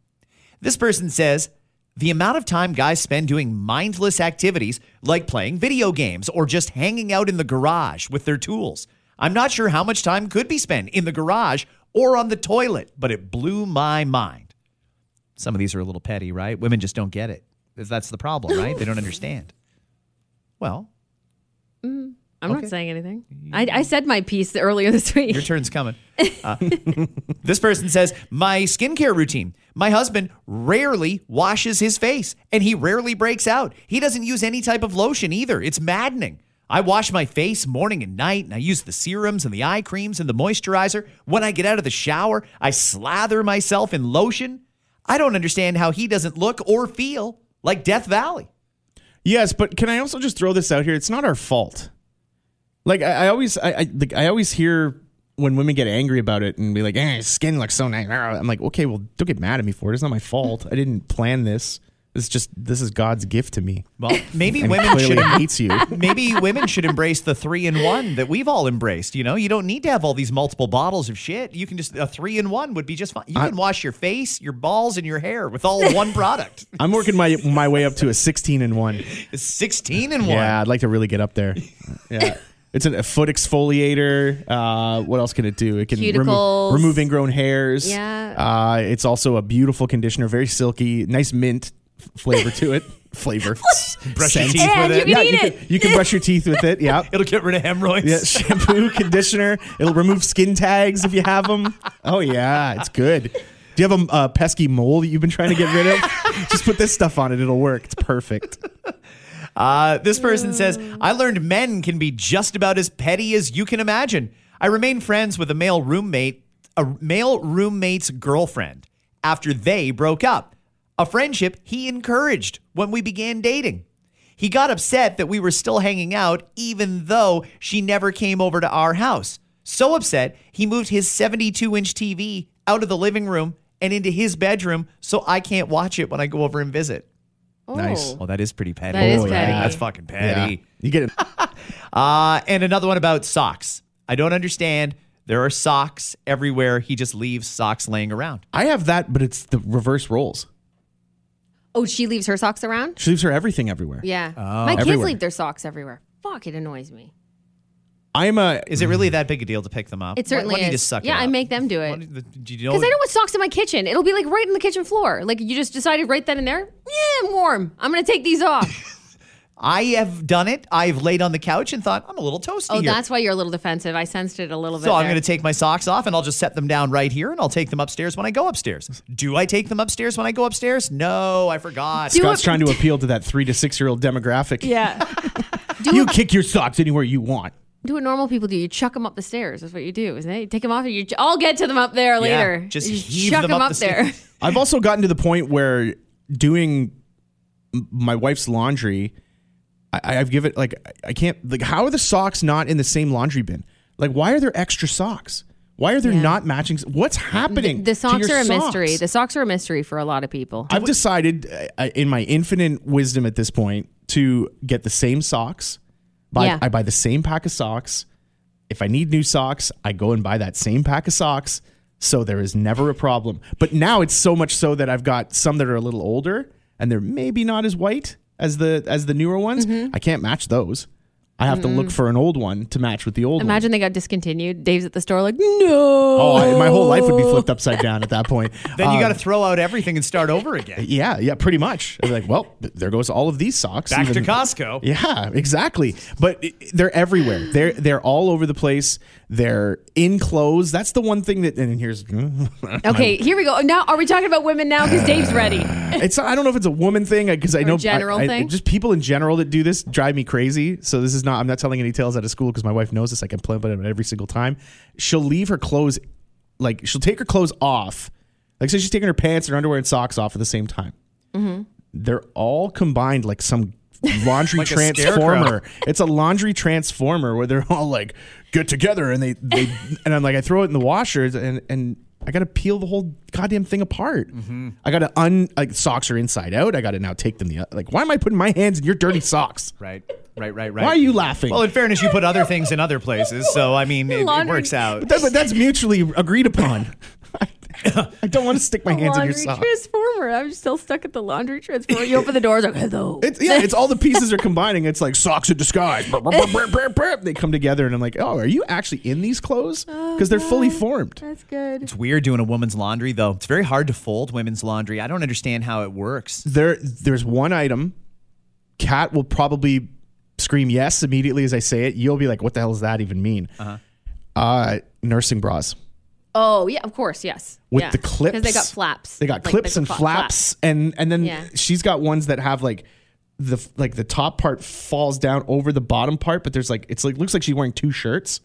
[SPEAKER 5] This person says the amount of time guys spend doing mindless activities like playing video games or just hanging out in the garage with their tools. I'm not sure how much time could be spent in the garage or on the toilet, but it blew my mind. Some of these are a little petty, right? Women just don't get it. That's the problem, right? They don't understand. Well,
[SPEAKER 2] I'm not saying anything. I, I said my piece earlier this week.
[SPEAKER 5] Your turn's coming. Uh, this person says, My skincare routine. My husband rarely washes his face and he rarely breaks out. He doesn't use any type of lotion either. It's maddening. I wash my face morning and night and I use the serums and the eye creams and the moisturizer. When I get out of the shower, I slather myself in lotion. I don't understand how he doesn't look or feel like Death Valley.
[SPEAKER 3] Yes, but can I also just throw this out here? It's not our fault. Like I, I always, I, I, like, I always hear when women get angry about it and be like, "Eh, his skin looks so nice." I'm like, okay, well, don't get mad at me for it. It's not my fault. I didn't plan this. It's just this is God's gift to me.
[SPEAKER 5] Well, maybe
[SPEAKER 3] And
[SPEAKER 5] women
[SPEAKER 3] clearly
[SPEAKER 5] should
[SPEAKER 3] he hates you.
[SPEAKER 5] maybe women should embrace the three in one that we've all embraced. You know, you don't need to have all these multiple bottles of shit. You can just a three in one would be just fine. You can wash your face, your balls, and your hair with all one product.
[SPEAKER 3] I'm working my my way up to a 16 and one.
[SPEAKER 5] It's Sixteen in one.
[SPEAKER 3] Yeah, I'd like to really get up there. Yeah. It's an, a foot exfoliator. Uh, what else can it do? It can
[SPEAKER 2] Cuticles.
[SPEAKER 3] remove, remove ingrown hairs.
[SPEAKER 2] Yeah.
[SPEAKER 3] Uh, it's also a beautiful conditioner, very silky, nice mint f- flavor to it. flavor.
[SPEAKER 5] Brush your
[SPEAKER 3] Scent.
[SPEAKER 5] teeth
[SPEAKER 2] And
[SPEAKER 5] with
[SPEAKER 2] you
[SPEAKER 5] it.
[SPEAKER 2] can
[SPEAKER 3] Yeah,
[SPEAKER 2] eat
[SPEAKER 3] you,
[SPEAKER 2] it.
[SPEAKER 3] Can, you can brush your teeth with it. Yeah.
[SPEAKER 5] It'll get rid of hemorrhoids.
[SPEAKER 3] yeah. Shampoo, conditioner. It'll remove skin tags if you have them. Oh, yeah. It's good. Do you have a uh, pesky mole that you've been trying to get rid of? Just put this stuff on it; it'll work. It's perfect.
[SPEAKER 5] Uh, this person says, I learned men can be just about as petty as you can imagine. I remain friends with a male roommate, a male roommate's girlfriend after they broke up. A friendship he encouraged when we began dating. He got upset that we were still hanging out, even though she never came over to our house. So upset, he moved his 72 inch TV out of the living room and into his bedroom so I can't watch it when I go over and visit.
[SPEAKER 3] Nice.
[SPEAKER 5] Oh, that is pretty petty.
[SPEAKER 2] That is
[SPEAKER 5] Oh, yeah.
[SPEAKER 2] petty.
[SPEAKER 5] That's fucking petty.
[SPEAKER 3] you get it.
[SPEAKER 5] Uh, and another one about socks. I don't understand. There are socks everywhere. He just leaves socks laying around.
[SPEAKER 3] I have that, but it's the reverse roles.
[SPEAKER 2] Oh, she leaves her socks around?
[SPEAKER 3] She leaves her everything everywhere.
[SPEAKER 2] Yeah. My kids
[SPEAKER 3] Oh. Everywhere.
[SPEAKER 2] leave their socks everywhere. Fuck, it annoys me.
[SPEAKER 3] I'm a.
[SPEAKER 5] Is it really that big a deal to pick them up?
[SPEAKER 2] It certainly
[SPEAKER 5] why, why don't
[SPEAKER 2] is.
[SPEAKER 5] you just suck
[SPEAKER 2] yeah,
[SPEAKER 5] it
[SPEAKER 2] I
[SPEAKER 5] up?
[SPEAKER 2] make them do
[SPEAKER 5] Why
[SPEAKER 2] it.
[SPEAKER 5] don't you- Do you know?
[SPEAKER 2] Because I don't want socks in my kitchen. It'll be like right in the kitchen floor. Like you just decided right then and there, yeah, I'm warm. I'm going to take these off.
[SPEAKER 5] I have done it. I've laid on the couch and thought, I'm a little toasty
[SPEAKER 2] oh,
[SPEAKER 5] here.
[SPEAKER 2] that's why you're a little defensive. I sensed it a little bit.
[SPEAKER 5] so I'm
[SPEAKER 2] there.
[SPEAKER 5] going to take my socks off and I'll just set them down right here and I'll take them upstairs when I go upstairs. Do I take them upstairs when I go upstairs? No, I forgot.
[SPEAKER 2] Do
[SPEAKER 3] Scott's
[SPEAKER 2] it-
[SPEAKER 3] trying to appeal to that three to six year old demographic.
[SPEAKER 2] Yeah.
[SPEAKER 3] You kick your socks anywhere you want.
[SPEAKER 2] do what normal people do. You chuck them up the stairs. That's what you do, isn't it? You take them off. and You I'll get to them up there later.
[SPEAKER 5] just
[SPEAKER 2] You
[SPEAKER 5] heave
[SPEAKER 2] chuck
[SPEAKER 5] them
[SPEAKER 2] them
[SPEAKER 5] up
[SPEAKER 2] up,
[SPEAKER 5] the
[SPEAKER 2] there.
[SPEAKER 5] stairs.
[SPEAKER 3] I've also gotten to the point where doing m- my wife's laundry, I, I've given like I- I can't like how are the socks not in the same laundry bin? Like why are there extra socks? Why are there
[SPEAKER 2] Yeah.
[SPEAKER 3] not matching? s- What's happening?
[SPEAKER 2] The
[SPEAKER 3] to
[SPEAKER 2] socks
[SPEAKER 3] your
[SPEAKER 2] are a mystery.
[SPEAKER 3] socks?
[SPEAKER 2] The socks are a mystery for a lot of people.
[SPEAKER 3] I've decided uh, I- in my infinite wisdom at this point to get the same socks. Buy,
[SPEAKER 2] Yeah.
[SPEAKER 3] I buy the same pack of socks. If I need new socks, I go and buy that same pack of socks. So there is never a problem. But now it's so much so that I've got some that are a little older and they're maybe not as white as the as the newer ones.
[SPEAKER 5] Mm-hmm.
[SPEAKER 3] I can't match those. I have to look for an old one to match with the old one.
[SPEAKER 2] Imagine they got discontinued. Dave's at the store like, no.
[SPEAKER 3] Oh, I, my whole life would be flipped upside down at that point.
[SPEAKER 5] Oh. Then you
[SPEAKER 3] Um,
[SPEAKER 5] got to throw out everything and start over again.
[SPEAKER 3] yeah, yeah, pretty much. I'd be like, well, there goes all of these socks.
[SPEAKER 5] Back to
[SPEAKER 3] even-
[SPEAKER 5] Costco.
[SPEAKER 3] Yeah, exactly. But i- they're everywhere. They're they're all over the place. They're in clothes. That's the one thing that. And here's
[SPEAKER 2] Okay, here we go. Now, are we talking about women now? Because Dave's ready.
[SPEAKER 3] it's. I don't know if it's a woman thing because I know I-
[SPEAKER 2] general
[SPEAKER 3] I-
[SPEAKER 2] thing?
[SPEAKER 3] Just people in general that do this drive me crazy. So this is not. I'm not telling any tales out of school because my wife knows this. I complain about it every single time. She'll leave her clothes, like she'll take her clothes off. Like so, she's taking her pants and underwear and socks off at the same time.
[SPEAKER 2] Mm-hmm.
[SPEAKER 3] They're all combined like some laundry
[SPEAKER 5] a
[SPEAKER 3] transformer. it's a laundry transformer where they're all like get together and they they and I'm like I throw it in the washer and and I got to peel the whole goddamn thing apart. I got to un like socks are inside out. I got to now take them the o- like why am I putting my hands in your dirty socks?
[SPEAKER 5] Right, right, right, right.
[SPEAKER 3] Why are you laughing?
[SPEAKER 5] Well, in fairness, you put other things in other places, so I mean, it, it
[SPEAKER 2] Laundry.
[SPEAKER 5] works out.
[SPEAKER 3] That- but that's mutually agreed upon. I don't want to stick my hands in your
[SPEAKER 2] laundry
[SPEAKER 3] socks.
[SPEAKER 2] transformer. I'm still stuck at the laundry transformer. You open the doors like, hello.
[SPEAKER 3] It's, yeah, it's all the pieces are combining. It's like socks in disguise. Brr, brr, brr, brr, brr, brr. they come together, and I'm like, oh, are you actually in these clothes? Because they're fully formed.
[SPEAKER 2] That's good.
[SPEAKER 5] It's weird doing a woman's laundry, though. It's very hard to fold women's laundry. I don't understand how it works.
[SPEAKER 3] There, there's one item. Kat will probably scream yes immediately as I say it. You'll be like, what the hell does that even mean? uh nursing bras.
[SPEAKER 2] Oh yeah, of course, yes.
[SPEAKER 3] With
[SPEAKER 2] yeah.
[SPEAKER 3] the clips,
[SPEAKER 2] because they got flaps.
[SPEAKER 3] They got
[SPEAKER 2] Like,
[SPEAKER 3] clips
[SPEAKER 2] they've
[SPEAKER 3] and
[SPEAKER 2] got fla-
[SPEAKER 3] flaps, and and then
[SPEAKER 2] Yeah.
[SPEAKER 3] she's got ones that have like the f- like the top part falls down over the bottom part, but there's like it's like looks like she's wearing two shirts.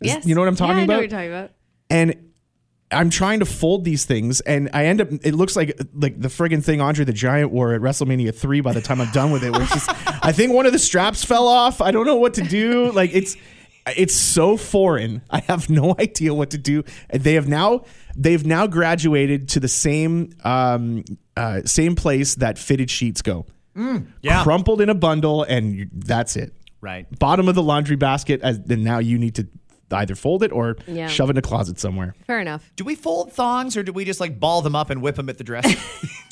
[SPEAKER 2] Yes.
[SPEAKER 3] you know what I'm talking
[SPEAKER 2] yeah, I know
[SPEAKER 3] about?
[SPEAKER 2] what you're talking about.
[SPEAKER 3] and I'm trying to fold these things, and I end up. It looks like like the friggin' thing Andre the Giant wore at WrestleMania three. By the time I'm done with it, which is, I think one of the straps fell off. I don't know what to do. Like it's it's so foreign. I have no idea what to do. And They have now they've now graduated to the same um, uh, same place that fitted sheets go.
[SPEAKER 5] Yeah.
[SPEAKER 3] crumpled in a bundle, and you, that's it.
[SPEAKER 5] Right.
[SPEAKER 3] Bottom of the laundry basket, as then now you need to either fold it or
[SPEAKER 2] Yeah.
[SPEAKER 3] shove it in a closet somewhere.
[SPEAKER 2] Fair enough.
[SPEAKER 5] Do we fold thongs or do we just like ball them up and whip them at the dresser?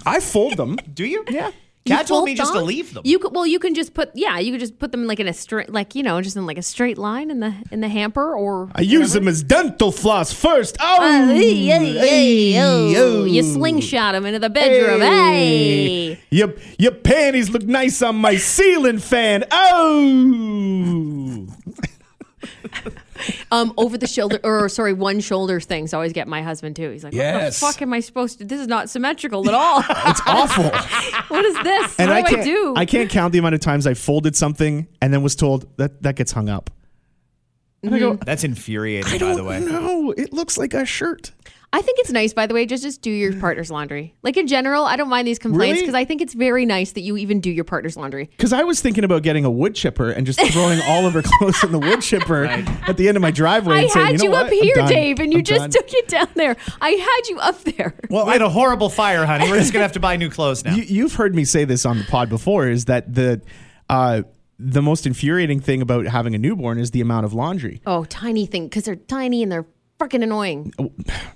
[SPEAKER 3] I fold them.
[SPEAKER 5] do you?
[SPEAKER 3] Yeah.
[SPEAKER 5] Kat told
[SPEAKER 2] fold
[SPEAKER 5] me just to
[SPEAKER 2] thongs?
[SPEAKER 5] leave them.
[SPEAKER 2] You could, well, you can just put yeah, you could just put them like in a straight, like you know, just in like a straight line in the in the hamper or.
[SPEAKER 3] I use them as dental floss first.
[SPEAKER 2] Uh,
[SPEAKER 3] Oh,
[SPEAKER 2] hey, hey, hey,
[SPEAKER 3] Hey,
[SPEAKER 2] oh.
[SPEAKER 3] oh.
[SPEAKER 2] You slingshot them into the bedroom. Hey.
[SPEAKER 3] Your, your panties look nice on my ceiling fan. Oh.
[SPEAKER 2] Um, over the shoulder, or sorry, one shoulder things. Always get my husband too. He's like,
[SPEAKER 3] Yes.
[SPEAKER 2] "What the fuck am I supposed to? This is not symmetrical at all.
[SPEAKER 3] It's awful.
[SPEAKER 2] what is this?
[SPEAKER 3] And
[SPEAKER 2] what
[SPEAKER 3] I
[SPEAKER 2] do
[SPEAKER 3] can't
[SPEAKER 2] I do?"
[SPEAKER 3] I can't count the amount of times I folded something and then was told that that gets hung up. And I go,
[SPEAKER 5] That's infuriating,
[SPEAKER 3] I
[SPEAKER 5] by the
[SPEAKER 3] don't
[SPEAKER 5] way.
[SPEAKER 3] know. Oh, It looks like a shirt.
[SPEAKER 2] I think it's nice, by the way, just just do your partner's laundry. Like in general, I don't mind these complaints
[SPEAKER 3] Really?
[SPEAKER 2] because I think it's very nice that you even do your partner's laundry.
[SPEAKER 3] Because I was thinking about getting a wood chipper and just throwing all of her clothes in the wood chipper at the end of my driveway.
[SPEAKER 2] I
[SPEAKER 3] and saying,
[SPEAKER 2] had you,
[SPEAKER 3] know
[SPEAKER 2] up
[SPEAKER 3] what? I'm
[SPEAKER 2] here,
[SPEAKER 3] done.
[SPEAKER 2] Dave, and you
[SPEAKER 3] I'm
[SPEAKER 2] just
[SPEAKER 3] done."
[SPEAKER 2] took it down there. I had you up there.
[SPEAKER 5] Well, we had a horrible fire, honey. We're just gonna have to buy new clothes now.
[SPEAKER 3] You, you've heard me say this on the pod before: is that the uh, the most infuriating thing about having a newborn is the amount of laundry.
[SPEAKER 2] Oh, tiny thing because they're tiny and they're freaking annoying.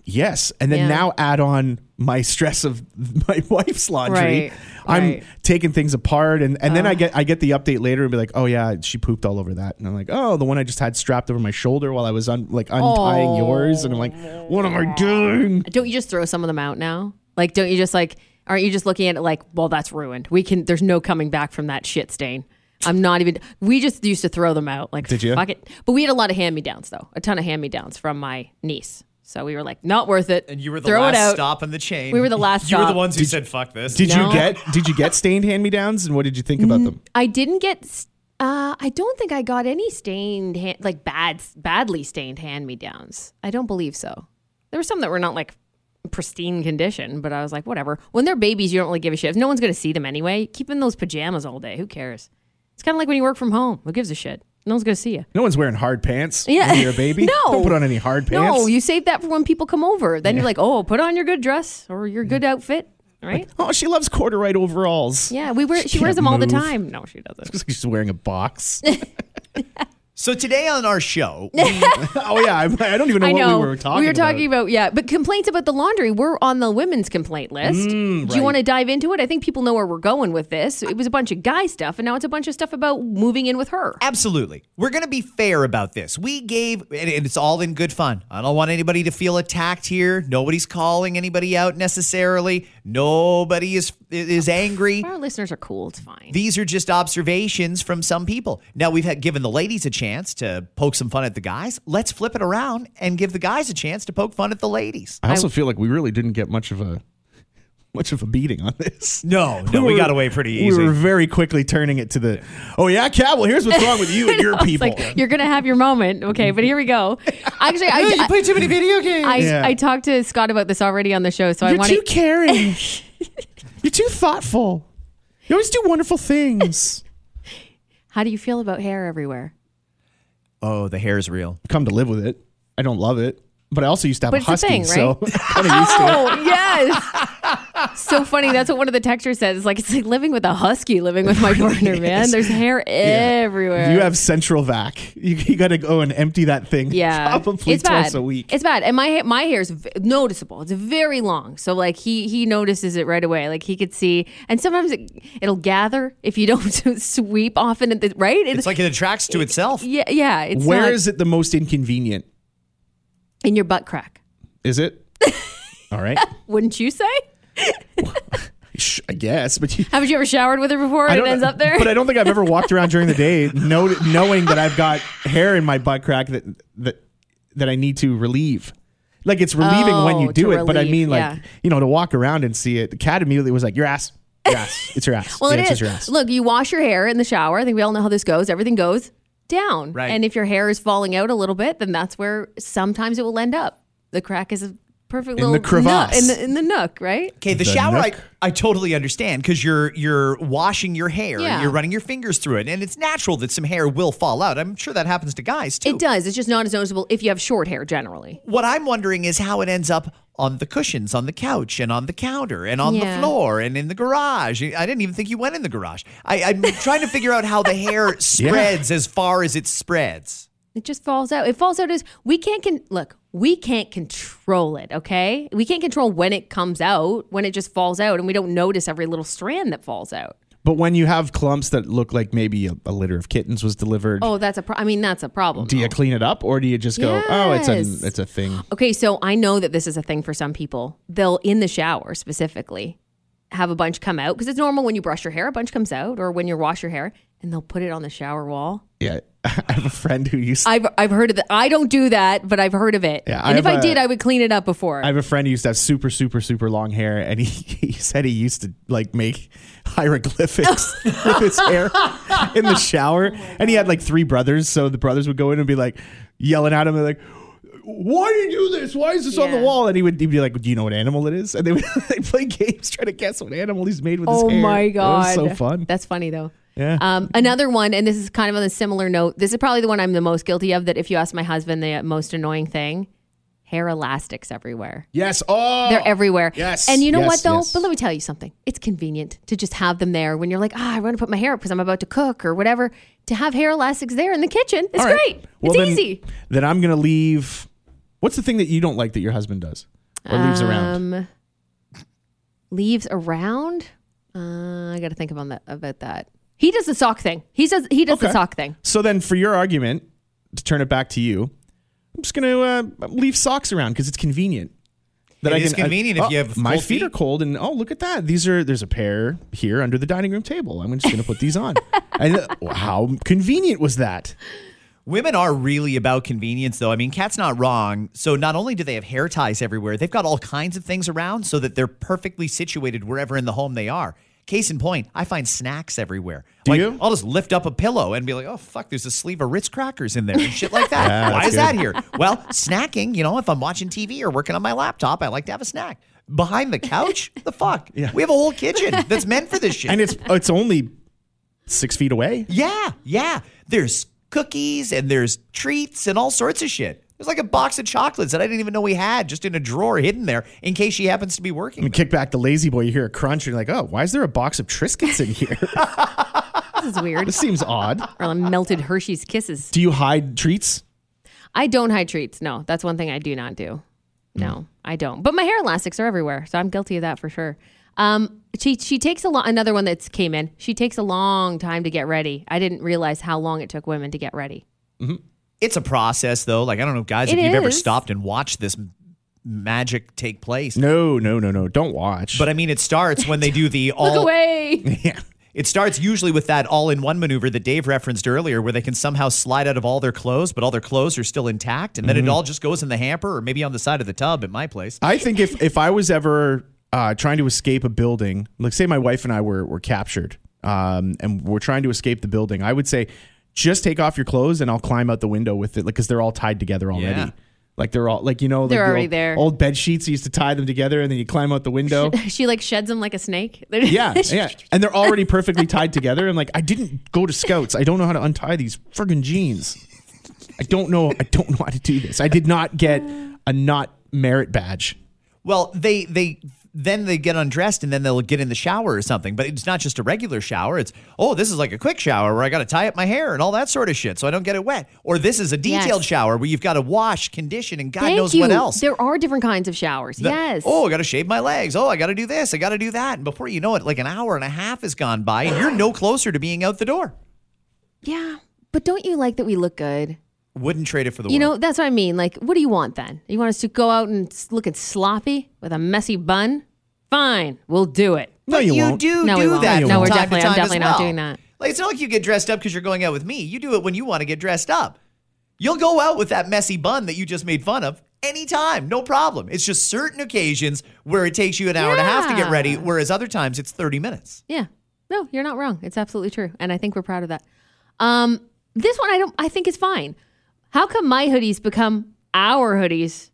[SPEAKER 3] Yes, and then
[SPEAKER 2] Yeah.
[SPEAKER 3] now add on my stress of my wife's laundry.
[SPEAKER 2] Right,
[SPEAKER 3] I'm
[SPEAKER 2] right. Uh-huh.
[SPEAKER 3] taking things apart, and, and then I get I get the update later and be like, oh yeah, she pooped all over that, and I'm like, oh, the one I just had strapped over my shoulder while I was un- like untying
[SPEAKER 2] Oh.
[SPEAKER 3] yours, and I'm like, what am I doing?
[SPEAKER 2] Don't you just throw some of them out now? Like, don't you just like? Aren't you just looking at it like, well, that's ruined. We can. There's no coming back from that shit stain. I'm not even. We just used to throw them out. Like,
[SPEAKER 3] Did you?
[SPEAKER 2] Fuck it. But we had a lot of hand me downs though. A ton of hand me downs from my niece. So we were like, not worth it.
[SPEAKER 5] And you were the
[SPEAKER 2] throw it
[SPEAKER 5] last
[SPEAKER 2] out.
[SPEAKER 5] stop in the chain.
[SPEAKER 2] We were the last
[SPEAKER 5] You were
[SPEAKER 2] stop.
[SPEAKER 5] the ones who said, "Fuck this."
[SPEAKER 3] Did
[SPEAKER 2] No. Mm-hmm.
[SPEAKER 3] you get did you get stained hand me downs, and what did you think about them?
[SPEAKER 2] I didn't get. s- Uh, I don't think I got any stained, hand, like bad, badly stained hand me downs. I don't believe so. There were some that were not like pristine condition, but I was like, whatever. When they're babies, you don't really give a shit. If no one's going to see them anyway, keep in those pajamas all day. Who cares? It's kind of like when you work from home. Who gives a shit? No one's going to see you.
[SPEAKER 3] No one's wearing hard pants
[SPEAKER 2] Yeah.
[SPEAKER 3] when you're a baby.
[SPEAKER 2] No.
[SPEAKER 3] Don't put on any hard pants.
[SPEAKER 2] No, you save that for when people come over. Then you're like, oh, put on your good dress or your
[SPEAKER 3] Mm.
[SPEAKER 2] good outfit, right?
[SPEAKER 3] oh, she loves corduroy overalls.
[SPEAKER 2] Yeah, we wear. She, wears
[SPEAKER 3] can't
[SPEAKER 2] them all the
[SPEAKER 3] move.
[SPEAKER 2] time. No, she doesn't.
[SPEAKER 3] She's wearing a box.
[SPEAKER 5] so today on our show,
[SPEAKER 3] oh yeah, I, I don't even know
[SPEAKER 2] I
[SPEAKER 3] what
[SPEAKER 2] know.
[SPEAKER 3] we were talking.
[SPEAKER 2] were
[SPEAKER 3] about.
[SPEAKER 2] talking about. yeah, but complaints about the laundry were on the women's complaint list.
[SPEAKER 3] Mm,
[SPEAKER 2] Do you want to dive into it? I think people know where we're going with this. It was a bunch of guy stuff, and now it's a bunch of stuff about moving in with her.
[SPEAKER 5] Absolutely. We're going to be fair about this. We gave, and and it's all in good fun. I don't want anybody to feel attacked here. Nobody's calling anybody out necessarily. Nobody is is angry.
[SPEAKER 2] Our listeners are cool. It's fine.
[SPEAKER 5] These are just observations from some people. Now we've had given the ladies a chance to poke some fun at the guys. Let's flip it around and give the guys a chance to poke fun at the ladies.
[SPEAKER 3] I also feel like we really didn't get much of a much of a beating on this.
[SPEAKER 5] No, no, we
[SPEAKER 3] were-
[SPEAKER 5] got away pretty
[SPEAKER 3] We
[SPEAKER 5] easy.
[SPEAKER 3] were very quickly turning it to the, oh yeah, Cat. Well, here's what's wrong with you and your
[SPEAKER 2] It's
[SPEAKER 3] people.
[SPEAKER 2] like you're gonna have your moment, okay? But here we go. Actually, I, I,
[SPEAKER 5] play too many video games.
[SPEAKER 2] I,
[SPEAKER 3] Yeah.
[SPEAKER 2] I talked to Scott about this already on the show, so I
[SPEAKER 3] you're
[SPEAKER 2] want
[SPEAKER 3] too
[SPEAKER 2] to.
[SPEAKER 3] caring. you're too thoughtful. You always do wonderful things.
[SPEAKER 2] How do you feel about hair everywhere?
[SPEAKER 5] oh, the hair's real.
[SPEAKER 3] Come to live with it. I don't love it, but I also used to have
[SPEAKER 2] But
[SPEAKER 3] a
[SPEAKER 2] it's a
[SPEAKER 3] husky,
[SPEAKER 2] thing,
[SPEAKER 3] so kind of used to it.
[SPEAKER 2] Oh yes, so funny. That's what one of the textures says. It's like it's like living with a husky, living with my partner, man. There's hair everywhere.
[SPEAKER 3] You have central vac. You, you got to go and empty that thing.
[SPEAKER 2] yeah,
[SPEAKER 3] probably
[SPEAKER 2] it's
[SPEAKER 3] twice
[SPEAKER 2] bad.
[SPEAKER 3] a week.
[SPEAKER 2] It's bad, and my ha- my hair's v- noticeable. It's very long, so like he he notices it right away. Like he could see, and sometimes it, it'll gather if you don't sweep often. At the, right?
[SPEAKER 5] It's like it attracts to itself.
[SPEAKER 2] yeah, yeah. It's
[SPEAKER 3] Where is
[SPEAKER 2] not-
[SPEAKER 3] it the most inconvenient?
[SPEAKER 2] in your butt crack?
[SPEAKER 3] Is it? All right.
[SPEAKER 2] Wouldn't you say?
[SPEAKER 3] Sh- I guess, but you,
[SPEAKER 2] Haven't you ever showered with her before?
[SPEAKER 3] I
[SPEAKER 2] And it
[SPEAKER 3] don't-
[SPEAKER 2] ends up there.
[SPEAKER 3] But I don't think I've ever walked around during the day know, knowing that I've got hair in my butt crack that that that I need to relieve. Like it's relieving when you
[SPEAKER 2] Oh,
[SPEAKER 3] do it,
[SPEAKER 2] to
[SPEAKER 3] but I
[SPEAKER 2] relieve,
[SPEAKER 3] mean, like
[SPEAKER 2] yeah.
[SPEAKER 3] you know, to walk around and see it. The cat immediately was like, "Your ass, your ass, it's your ass."
[SPEAKER 2] Well,
[SPEAKER 3] The
[SPEAKER 2] it
[SPEAKER 3] answer's
[SPEAKER 2] is.
[SPEAKER 3] Your ass.
[SPEAKER 2] Look, you wash your hair in the shower. I think we all know how this goes. Everything goes down.
[SPEAKER 5] Right.
[SPEAKER 2] And if your hair is falling out a little bit, then that's where sometimes it will end up. The crack is a perfect
[SPEAKER 3] In
[SPEAKER 2] little
[SPEAKER 3] the crevasse.
[SPEAKER 2] nook- in, the, in the nook, right?
[SPEAKER 5] Okay, the,
[SPEAKER 3] The
[SPEAKER 5] shower I,
[SPEAKER 3] nook.
[SPEAKER 5] I totally understand because you're you're washing your hair
[SPEAKER 2] Yeah.
[SPEAKER 5] and you're running your fingers through it, and it's natural that some hair will fall out. I'm sure that happens to guys too.
[SPEAKER 2] It does. It's just not as noticeable if you have short hair generally.
[SPEAKER 5] What I'm wondering is how it ends up on the cushions, on the couch, and on the counter, and on
[SPEAKER 2] Yeah.
[SPEAKER 5] the floor, and in the garage. I didn't even think you went in the garage. I, I'm trying to figure out how the hair spreads as far as it spreads.
[SPEAKER 2] It just falls out. It falls out as we can't con- look. We can't control it. Okay, we can't control when it comes out, when it just falls out, and we don't notice every little strand that falls out.
[SPEAKER 3] But when you have clumps that look like maybe a, a litter of kittens was delivered,
[SPEAKER 2] Oh, that's a. Pro- I mean, that's a problem.
[SPEAKER 3] do you
[SPEAKER 2] though.
[SPEAKER 3] clean it up or do you just go, "Oh, it's
[SPEAKER 2] Yes.
[SPEAKER 3] a it's a thing"?
[SPEAKER 2] Okay, so I know that this is a thing for some people. They'll in the shower specifically have a bunch come out because it's normal when you brush your hair, a bunch comes out, or when you wash your hair, and they'll put it on the shower wall.
[SPEAKER 3] Yeah, I have a friend who used.
[SPEAKER 2] I've I've heard of that. I don't do that, but I've heard of it.
[SPEAKER 3] Yeah, I
[SPEAKER 2] and if
[SPEAKER 3] have
[SPEAKER 2] I
[SPEAKER 3] a-
[SPEAKER 2] did, I would clean it up before.
[SPEAKER 3] I have a friend who used to have super, super, super long hair, and he, he said he used to like make hieroglyphics with his hair in the shower.
[SPEAKER 2] Oh
[SPEAKER 3] and he had like three brothers, so the brothers would go in and be like yelling at him, and like, "Why do you do this? Why is this on the
[SPEAKER 2] Yeah.
[SPEAKER 3] wall?" And he would he'd be like, "Do you know what animal it is?" And they would they play games trying to guess what animal he's made with his
[SPEAKER 2] oh
[SPEAKER 3] hair.
[SPEAKER 2] my
[SPEAKER 3] It was
[SPEAKER 2] god,
[SPEAKER 3] so fun.
[SPEAKER 2] That's funny though.
[SPEAKER 3] Yeah.
[SPEAKER 2] Um, another one, and this is kind of on a similar note. This is probably the one I'm the most guilty of. That if you ask my husband, the most annoying thing, hair elastics everywhere.
[SPEAKER 3] yes. Oh,
[SPEAKER 2] They're everywhere.
[SPEAKER 3] yes,
[SPEAKER 2] And you know what
[SPEAKER 3] yes,
[SPEAKER 2] though?
[SPEAKER 3] yes.
[SPEAKER 2] But let me tell you something. It's convenient to just have them there when you're like, ah, I want to put my hair up because I'm about to cook or whatever. To have hair elastics there in the kitchen, it's
[SPEAKER 3] All right.
[SPEAKER 2] great.
[SPEAKER 3] Well,
[SPEAKER 2] it's
[SPEAKER 3] then-
[SPEAKER 2] easy.
[SPEAKER 3] Then I'm gonna leave. What's the thing that you don't like that your husband does or leaves around?
[SPEAKER 2] Um, leaves around. Uh, I got to think about that. About that. He does the sock thing. He says he does the
[SPEAKER 3] Okay.
[SPEAKER 2] sock thing.
[SPEAKER 3] So then, for your argument, to turn it back to you, I'm just gonna uh, leave socks around because it's convenient. That uh,
[SPEAKER 5] It is convenient if you have
[SPEAKER 3] oh, my
[SPEAKER 5] cold
[SPEAKER 3] feet, are
[SPEAKER 5] feet.
[SPEAKER 3] cold, and oh look at that! These are there's a pair here under the dining room table. I'm just gonna put these on. and uh, how convenient was that?
[SPEAKER 5] Women are really about convenience, though. I mean, Kat's not wrong. So, not only do they have hair ties everywhere, they've got all kinds of things around so that they're perfectly situated wherever in the home they are. Case in point, I find snacks everywhere. Do like,
[SPEAKER 3] you?
[SPEAKER 5] I'll just lift up a pillow and be like, oh, fuck, there's a sleeve of Ritz crackers in there and shit like that.
[SPEAKER 3] Yeah,
[SPEAKER 5] Why
[SPEAKER 3] that's
[SPEAKER 5] is that here? Well, snacking, you know, if I'm watching TV or working on my laptop, I like to have a snack. Behind the couch? the fuck?
[SPEAKER 3] Yeah.
[SPEAKER 5] We have a whole kitchen that's meant for this shit.
[SPEAKER 3] And it's it's only six feet away.
[SPEAKER 5] Yeah, yeah. There's cookies and there's treats and all sorts of shit. There's like a box of chocolates that I didn't even know we had just in a drawer hidden there in case she happens to be working.
[SPEAKER 3] You kick back the lazy boy, you hear a crunch, and you're like, oh, why is there a box of Triscuits in here?
[SPEAKER 2] This is weird.
[SPEAKER 3] this seems odd.
[SPEAKER 2] or like melted Hershey's kisses.
[SPEAKER 3] Do you hide treats?
[SPEAKER 2] I don't hide treats. No, that's one thing I do not do.
[SPEAKER 5] Hmm.
[SPEAKER 2] No, I don't. But my hair elastics are everywhere, so I'm guilty of that for sure. Um, she she takes a lot. Another one that's came in. She takes a long time to get ready. I didn't realize how long it took women to get ready.
[SPEAKER 5] It's a process though. Like I don't know guys
[SPEAKER 2] It
[SPEAKER 5] if you've ever
[SPEAKER 2] is.
[SPEAKER 5] stopped and watched this m- magic take place.
[SPEAKER 3] No, no, no, no. Don't watch.
[SPEAKER 5] But I mean it starts when they do the
[SPEAKER 2] Look
[SPEAKER 5] all
[SPEAKER 2] away.
[SPEAKER 3] yeah.
[SPEAKER 5] It starts usually with that all in one maneuver that Dave referenced earlier, where they can somehow slide out of all their clothes, but all their clothes are still intact. And then
[SPEAKER 2] Mm-hmm.
[SPEAKER 5] it all just goes in the hamper or maybe on the side of the tub at my place.
[SPEAKER 3] I think if if I was ever uh, trying to escape a building, like say my wife and I were were captured, um, and we're trying to escape the building, I would say just take off your clothes and I'll climb out the window with it, like because they're all tied together already.
[SPEAKER 5] Yeah.
[SPEAKER 3] Like they're all like you know like
[SPEAKER 2] They're
[SPEAKER 3] the
[SPEAKER 2] already
[SPEAKER 3] old,
[SPEAKER 2] there.
[SPEAKER 3] Old bed sheets you used to tie them together and then you climb out the window.
[SPEAKER 2] she like sheds them like a snake.
[SPEAKER 3] yeah, yeah, and they're already perfectly tied together. I'm like, I didn't go to Scouts. I don't know how to untie these friggin' jeans. I don't know. I don't know how to do this. I did not get a not merit badge.
[SPEAKER 5] Well, they they then they get undressed and then they'll get in the shower or something. But it's not just a regular shower. It's oh, this is like a quick shower where I got to tie up my hair and all that sort of shit so I don't get it wet. Or this is a detailed
[SPEAKER 2] Yes.
[SPEAKER 5] shower where you've got to wash, condition, and God
[SPEAKER 2] Thank
[SPEAKER 5] knows
[SPEAKER 2] you.
[SPEAKER 5] what else.
[SPEAKER 2] There are different kinds of showers.
[SPEAKER 5] The-
[SPEAKER 2] yes.
[SPEAKER 5] Oh, I got to shave my legs. Oh, I got to do this. I got to do that. And before you know it, like an hour and a half has gone by, and you're no closer to being out the door.
[SPEAKER 2] Yeah. But don't you like that we look good?
[SPEAKER 5] Wouldn't trade it for the
[SPEAKER 2] You
[SPEAKER 5] world.
[SPEAKER 2] know, that's what I mean. Like, what do you want then? You want us to go out and s- looking sloppy with a messy bun? Fine, we'll do it.
[SPEAKER 3] No,
[SPEAKER 5] But
[SPEAKER 3] you,
[SPEAKER 5] you,
[SPEAKER 3] won't.
[SPEAKER 5] do
[SPEAKER 2] No, we
[SPEAKER 5] do
[SPEAKER 2] won't.
[SPEAKER 5] that.
[SPEAKER 2] No,
[SPEAKER 5] from
[SPEAKER 2] we're
[SPEAKER 5] time to
[SPEAKER 2] definitely- I'm
[SPEAKER 5] time as
[SPEAKER 2] definitely not
[SPEAKER 5] well.
[SPEAKER 2] doing that.
[SPEAKER 5] Like it's not like you get dressed up because you're going out with me. You do it when you want to get dressed up. You'll go out with that messy bun that you just made fun of anytime, no problem. It's just certain occasions where it takes you an hour and a half to get
[SPEAKER 2] Yeah.
[SPEAKER 5] ready, whereas other times it's 30 minutes.
[SPEAKER 2] Yeah. No, you're not wrong. It's absolutely true. And I think we're proud of that. Um, this one I don't I think is fine. How come my hoodies become our hoodies?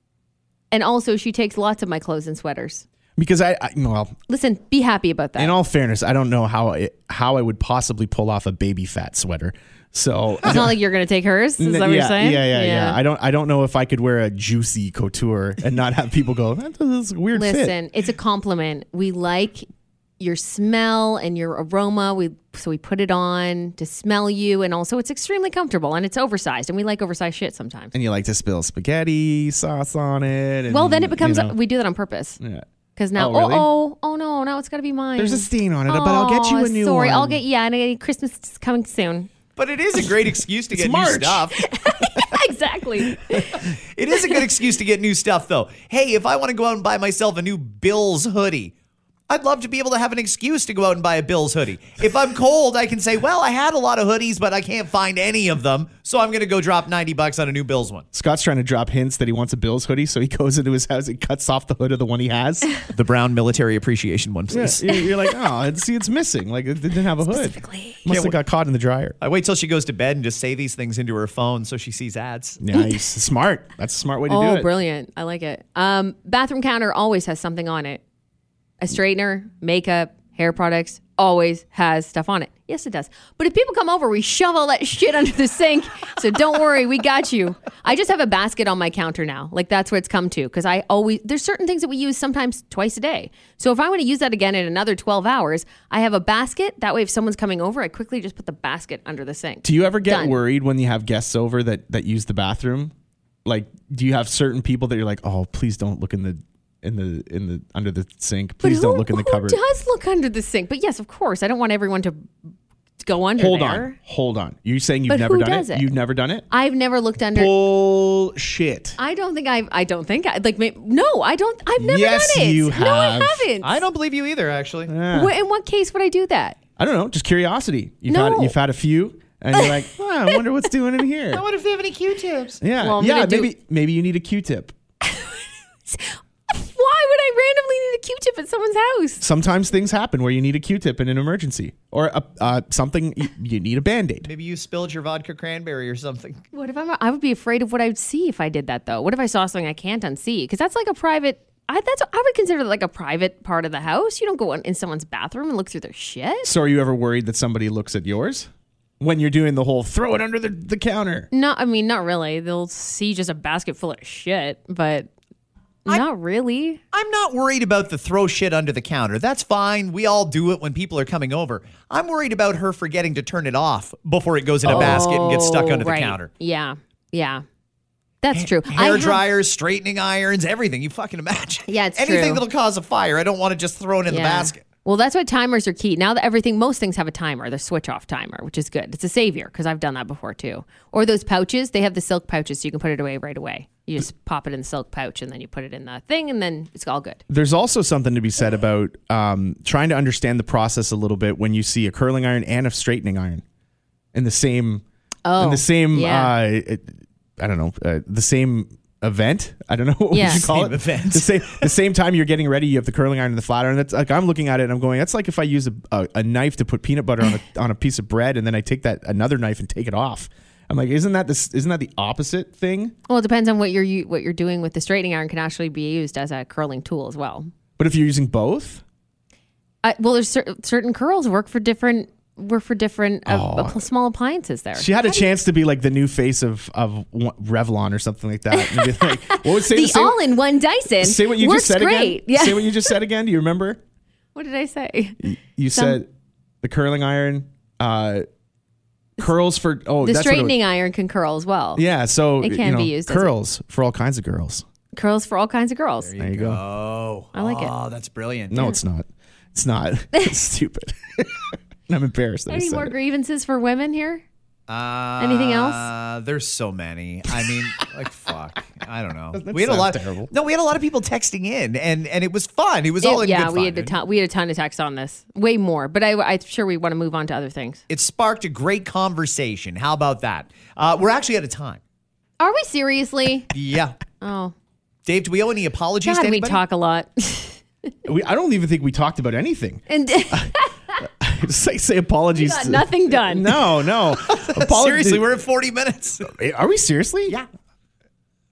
[SPEAKER 2] And also she takes lots of my clothes and sweaters.
[SPEAKER 3] because I, I well,
[SPEAKER 2] Listen, be happy about that.
[SPEAKER 3] in all fairness, I don't know how it, how I would possibly pull off a baby fat sweater. So
[SPEAKER 2] it's not like you're gonna take hers. Is that
[SPEAKER 3] yeah,
[SPEAKER 2] what you're
[SPEAKER 3] yeah,
[SPEAKER 2] saying?
[SPEAKER 3] yeah, yeah. I don't I don't know if I could wear a juicy couture and not have people go, that's a weird fit.
[SPEAKER 2] Listen, it's a compliment. We like your smell and your aroma. We so we put it on to smell you, and also it's extremely comfortable and it's oversized, and we like oversized shit sometimes.
[SPEAKER 3] And you like to spill spaghetti sauce on it. and,
[SPEAKER 2] Well, then it becomes
[SPEAKER 3] you know,
[SPEAKER 2] we do that on purpose
[SPEAKER 3] yeah.
[SPEAKER 2] because now
[SPEAKER 3] Oh,
[SPEAKER 2] oh,
[SPEAKER 3] really?
[SPEAKER 2] oh oh no now it's got to be mine.
[SPEAKER 3] There's a stain on it, but I'll get you
[SPEAKER 2] Aw,
[SPEAKER 3] a new
[SPEAKER 2] sorry,
[SPEAKER 3] one.
[SPEAKER 2] I'll get yeah, and I- Christmas is coming soon.
[SPEAKER 5] But it is a great excuse to get new
[SPEAKER 3] March.
[SPEAKER 5] stuff.
[SPEAKER 2] exactly.
[SPEAKER 5] It is a good excuse to get new stuff, though. Hey, if I want to go out and buy myself a new Bills hoodie, I'd love to be able to have an excuse to go out and buy a Bills hoodie. If I'm cold, I can say, well, I had a lot of hoodies, but I can't find any of them. So I'm going to go drop 90 bucks on a new Bills one.
[SPEAKER 3] Scott's trying to drop hints that he wants a Bills hoodie, so he goes into his house and cuts off the hood of the one he has.
[SPEAKER 5] The brown military appreciation one,
[SPEAKER 3] Yeah,
[SPEAKER 5] please.
[SPEAKER 3] you're, you're like, oh, it's, see, it's missing. Like it didn't have a hood. Must have got caught in the dryer.
[SPEAKER 5] I wait till she goes to bed and just say these things into her phone so she sees ads.
[SPEAKER 3] Nice, smart. That's a smart way to do
[SPEAKER 2] Oh,
[SPEAKER 3] it.
[SPEAKER 2] brilliant. I like it. Um, bathroom counter always has something on it. A straightener, makeup, hair products always has stuff on it. Yes, it does. But if people come over, we shove all that shit under the sink. So don't worry, we got you. I just have a basket on my counter now. Like that's where it's come to because I always, there's certain things that we use sometimes twice a day. So if I want to use that again in another 12 hours, I have a basket. That way, if someone's coming over, I quickly just put the basket under the sink.
[SPEAKER 3] Do you ever get
[SPEAKER 2] Done.
[SPEAKER 3] worried when you have guests over that that use the bathroom? Like, do you have certain people that you're like, oh, please don't look in the in the in the under the sink.
[SPEAKER 2] But
[SPEAKER 3] Please don't
[SPEAKER 2] who-
[SPEAKER 3] look in the
[SPEAKER 2] who
[SPEAKER 3] cupboard.
[SPEAKER 2] does look under the sink? But yes, of course. I don't want everyone to go under
[SPEAKER 3] Hold
[SPEAKER 2] there.
[SPEAKER 3] on, hold on. You're saying you've
[SPEAKER 2] But
[SPEAKER 3] never
[SPEAKER 2] who
[SPEAKER 3] done
[SPEAKER 2] does it?
[SPEAKER 3] You've never done it.
[SPEAKER 2] I've never looked under.
[SPEAKER 3] Bullshit.
[SPEAKER 2] I don't think I've. I don't think I like. may- No, I don't. I've never
[SPEAKER 3] Yes,
[SPEAKER 2] done it.
[SPEAKER 3] you
[SPEAKER 2] No, I
[SPEAKER 3] have.
[SPEAKER 2] haven't.
[SPEAKER 5] I don't believe you either, actually.
[SPEAKER 2] Wh- in what case would I do that?
[SPEAKER 3] I don't know. Just curiosity. You've had
[SPEAKER 2] No.
[SPEAKER 3] you've had a few, and you're like, oh, I wonder what's doing in here.
[SPEAKER 5] wonder if they have any Q-tips.
[SPEAKER 3] Yeah,
[SPEAKER 2] Well, I'm
[SPEAKER 3] yeah.
[SPEAKER 2] gonna do-
[SPEAKER 3] Maybe maybe you need a Q-tip.
[SPEAKER 2] Why would I randomly need a Q-tip at someone's house?
[SPEAKER 3] Sometimes things happen where you need a Q-tip in an emergency or a, uh, something. You, you need a Band-Aid.
[SPEAKER 5] Maybe you spilled your vodka cranberry or something.
[SPEAKER 2] What if I'm? I would be afraid of what I'd see if I did that though. What if I saw something I can't unsee? Because that's like a private. I, that's I would consider that like a private part of the house. You don't go in, in someone's bathroom and look through their shit.
[SPEAKER 3] So are you ever worried that somebody looks at yours when you're doing the whole throw it under the, the counter?
[SPEAKER 2] No, I mean not really. They'll see just a basket full of shit, but not really.
[SPEAKER 5] I'm not worried about the throw shit under the counter. That's fine. We all do it when people are coming over. I'm worried about her forgetting to turn it off before it goes in a basket and gets stuck
[SPEAKER 2] Oh,
[SPEAKER 5] under
[SPEAKER 2] right.
[SPEAKER 5] the counter.
[SPEAKER 2] Yeah, yeah, that's true. I
[SPEAKER 5] Hair
[SPEAKER 2] have-
[SPEAKER 5] dryers, straightening irons, everything. You fucking imagine.
[SPEAKER 2] Yeah, it's
[SPEAKER 5] Anything
[SPEAKER 2] true.
[SPEAKER 5] that'll cause a fire. I don't want to just throw it in the
[SPEAKER 2] yeah.
[SPEAKER 5] basket.
[SPEAKER 2] Well, that's why timers are key. Now that everything, most things have a timer, the switch off timer, which is good. It's a savior because I've done that before too. Or those pouches, they have the silk pouches, so you can put it away right away. You just pop it in the silk pouch and then you put it in the thing, and then it's all good.
[SPEAKER 3] There's also something to be said about um, trying to understand the process a little bit when you see a curling iron and a straightening iron in the same in
[SPEAKER 2] Oh,
[SPEAKER 3] the same
[SPEAKER 2] yeah.
[SPEAKER 3] uh, it- I don't know uh, the same event. I don't know what
[SPEAKER 2] Yeah.
[SPEAKER 3] would you call
[SPEAKER 5] Same
[SPEAKER 3] it.
[SPEAKER 5] event.
[SPEAKER 3] The same the same time you're getting ready, you have the curling iron and the flat iron. That's like I'm looking at it and I'm going. That's like if I use a, a, a knife to put peanut butter on a, on a piece of bread and then I take that another knife and take it off. I'm like, isn't that this? Isn't that the opposite thing?
[SPEAKER 2] Well, it depends on what you're u- what you're doing with the straightening iron. Can actually be used as a curling tool as well.
[SPEAKER 3] But if you're using both,
[SPEAKER 2] I, well, there's cer- certain curls work for different work for different uh,
[SPEAKER 3] Oh.
[SPEAKER 2] uh, small appliances. There,
[SPEAKER 3] She had a chance to be like the new face of of one- Revlon or something like that. And be like, what would say
[SPEAKER 2] the
[SPEAKER 3] say,
[SPEAKER 2] all-in-one Dyson.
[SPEAKER 3] say what you
[SPEAKER 2] works
[SPEAKER 3] just said
[SPEAKER 2] great.
[SPEAKER 3] again?
[SPEAKER 2] Yeah.
[SPEAKER 3] Say what you just said again. Do you remember?
[SPEAKER 2] what did I say?
[SPEAKER 3] You said the curling iron uh, curls for oh
[SPEAKER 2] The
[SPEAKER 3] that's what it was.
[SPEAKER 2] straightening iron can curl as well.
[SPEAKER 3] Yeah, so
[SPEAKER 2] It can
[SPEAKER 3] you know,
[SPEAKER 2] be used as a-
[SPEAKER 3] curls for all kinds of girls.
[SPEAKER 2] Curls for all kinds of girls.
[SPEAKER 3] There you go.
[SPEAKER 5] Oh.
[SPEAKER 2] I like it.
[SPEAKER 5] Oh, that's brilliant.
[SPEAKER 3] No, it's not. It's not. It's stupid. And I'm embarrassed. That I
[SPEAKER 2] Any
[SPEAKER 3] said
[SPEAKER 2] more
[SPEAKER 3] it.
[SPEAKER 2] grievances for women here?
[SPEAKER 5] Uh,
[SPEAKER 2] Anything else?
[SPEAKER 5] There's so many. I mean, like fuck. I don't know.
[SPEAKER 3] That
[SPEAKER 5] We had a
[SPEAKER 3] sounds
[SPEAKER 5] lot.
[SPEAKER 3] terrible.
[SPEAKER 5] No, we had a lot of people texting in, and and it was fun. It was all
[SPEAKER 2] It-
[SPEAKER 5] in
[SPEAKER 2] yeah,
[SPEAKER 5] good
[SPEAKER 2] we
[SPEAKER 5] fun.
[SPEAKER 2] had a ton. We had a ton of texts on this. Way more, but I, I'm sure we want to move on to other things.
[SPEAKER 5] It sparked a great conversation. How about that? Uh, we're actually out of time.
[SPEAKER 2] Are we seriously?
[SPEAKER 5] Yeah.
[SPEAKER 2] Oh
[SPEAKER 5] Dave, do we owe any apologies to
[SPEAKER 2] God, we
[SPEAKER 5] anybody?
[SPEAKER 2] talk a lot.
[SPEAKER 3] We, I don't even think we talked about anything.
[SPEAKER 2] and
[SPEAKER 3] Just like say apologies.
[SPEAKER 2] got
[SPEAKER 3] to-
[SPEAKER 2] nothing done.
[SPEAKER 3] No, no. Apolo-
[SPEAKER 5] Seriously, we're at 40 minutes.
[SPEAKER 3] Are we seriously?
[SPEAKER 5] yeah.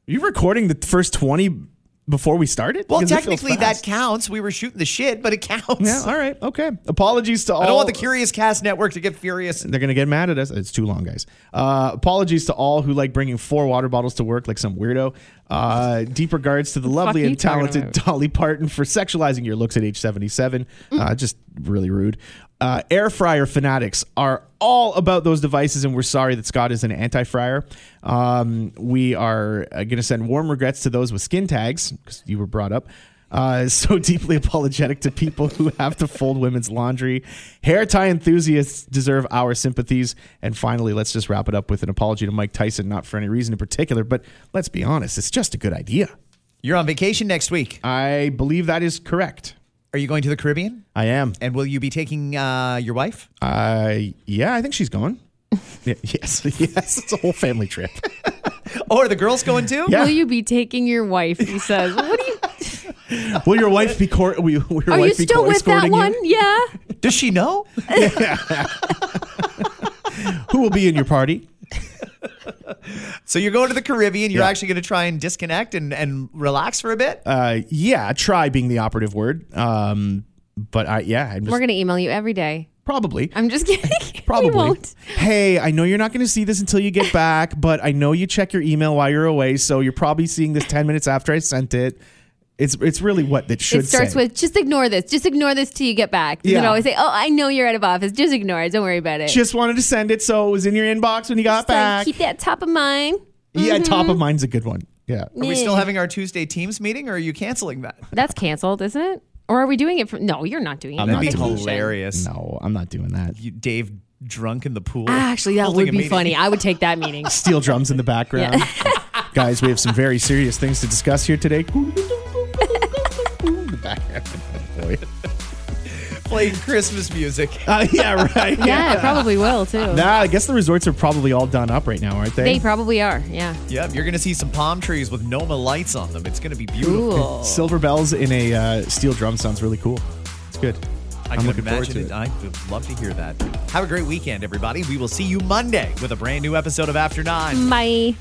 [SPEAKER 3] You recording the first 20 before we started?
[SPEAKER 5] Well,
[SPEAKER 3] Because feels
[SPEAKER 5] technically that
[SPEAKER 3] fast.
[SPEAKER 5] counts. We were shooting the shit, but it counts.
[SPEAKER 3] Yeah, all right. Okay. Apologies to all.
[SPEAKER 5] I don't want the Curious Cast Network to get furious.
[SPEAKER 3] They're going to get mad at us. It's too long, guys. Uh, apologies to all who like bringing four water bottles to work like some weirdo. Uh, deep regards to the lovely
[SPEAKER 2] are you
[SPEAKER 3] and
[SPEAKER 2] talking
[SPEAKER 3] talented
[SPEAKER 2] about?
[SPEAKER 3] Dolly Parton for sexualizing your looks at age 77. Uh, just really rude. Uh, air fryer fanatics are all about those devices, and we're sorry that Scott is an anti fryer. Um, we are uh, going to send warm regrets to those with skin tags because you were brought up. Uh, so deeply apologetic to people who have to fold women's laundry. Hair tie enthusiasts deserve our sympathies. And finally, let's just wrap it up with an apology to Mike Tyson, not for any reason in particular, but let's be honest, it's just a good idea.
[SPEAKER 5] You're on vacation next week.
[SPEAKER 3] I believe that is correct.
[SPEAKER 5] Are Are you going to the Caribbean?
[SPEAKER 3] I am.
[SPEAKER 5] And will you be taking uh, your wife?
[SPEAKER 3] I yeah, I think she's gone. Yeah, yes, yes, it's a whole family trip.
[SPEAKER 5] Oh, are the girls going too?
[SPEAKER 3] Yeah.
[SPEAKER 2] Will you be taking your wife? He says. What are you?
[SPEAKER 3] Will your wife be cor- will your will your
[SPEAKER 2] Are
[SPEAKER 3] wife
[SPEAKER 2] you
[SPEAKER 3] be
[SPEAKER 2] still with that
[SPEAKER 3] escorting you?
[SPEAKER 2] one? Yeah.
[SPEAKER 5] Does she know?
[SPEAKER 3] Who will be in your party?
[SPEAKER 5] So you're going to the Caribbean. You're
[SPEAKER 3] Yeah.
[SPEAKER 5] actually going to try and disconnect and, and relax for a bit.
[SPEAKER 3] Uh, yeah, try being the operative word. Um, but I yeah, I'm just
[SPEAKER 2] We're gonna email you every day.
[SPEAKER 3] probably
[SPEAKER 2] I'm just kidding. We
[SPEAKER 3] probably.
[SPEAKER 2] won't.
[SPEAKER 3] Hey, I know you're not going to see this until you get back, but I know you check your email while you're away, so you're probably seeing this 10 minutes after I sent it. It's it's really what that should
[SPEAKER 2] It starts
[SPEAKER 3] say.
[SPEAKER 2] with just ignore this. Just ignore this till you get back. You can
[SPEAKER 3] Yeah.
[SPEAKER 2] always say, "Oh, I know you're out of office. Just ignore it. Don't worry about it."
[SPEAKER 3] just wanted to send it so it was in your inbox when you got
[SPEAKER 2] Just, like,
[SPEAKER 3] back.
[SPEAKER 2] keep that top of mind.
[SPEAKER 3] Yeah, top of mind's a good one. Mm-hmm. Yeah.
[SPEAKER 5] Are we still
[SPEAKER 2] Yeah.
[SPEAKER 5] having our Tuesday teams meeting, or are you canceling that?
[SPEAKER 2] That's canceled, isn't it? Or are we doing it for? No, you're not doing it.
[SPEAKER 3] I'm
[SPEAKER 2] for
[SPEAKER 3] not doing it.
[SPEAKER 2] vacation.
[SPEAKER 5] hilarious.
[SPEAKER 3] No, I'm not doing that.
[SPEAKER 5] You, Dave drunk in the pool.
[SPEAKER 2] Actually, that
[SPEAKER 5] holding
[SPEAKER 2] would
[SPEAKER 5] a
[SPEAKER 2] be
[SPEAKER 5] meeting.
[SPEAKER 2] funny. I would take that meeting.
[SPEAKER 3] Steel drums in the background. Guys, we have some very serious things to discuss here today. The background. Boy.
[SPEAKER 5] Playing Christmas music.
[SPEAKER 3] Uh, yeah, right.
[SPEAKER 2] Yeah, it probably will too.
[SPEAKER 3] Nah, I guess the resorts are probably all done up right now, aren't they?
[SPEAKER 2] They probably are. Yeah.
[SPEAKER 5] Yep, you're going to see some palm trees with Noma lights on them. It's going to be beautiful.
[SPEAKER 2] Cool.
[SPEAKER 3] Silver bells in a uh, steel drum sounds really cool. It's good.
[SPEAKER 5] I
[SPEAKER 3] I'm
[SPEAKER 5] can
[SPEAKER 3] looking forward
[SPEAKER 5] imagine
[SPEAKER 3] to
[SPEAKER 5] it.
[SPEAKER 3] it.
[SPEAKER 5] I would love to hear that. Have a great weekend, everybody. We will see you Monday with a brand new episode of After Nine.
[SPEAKER 2] Bye.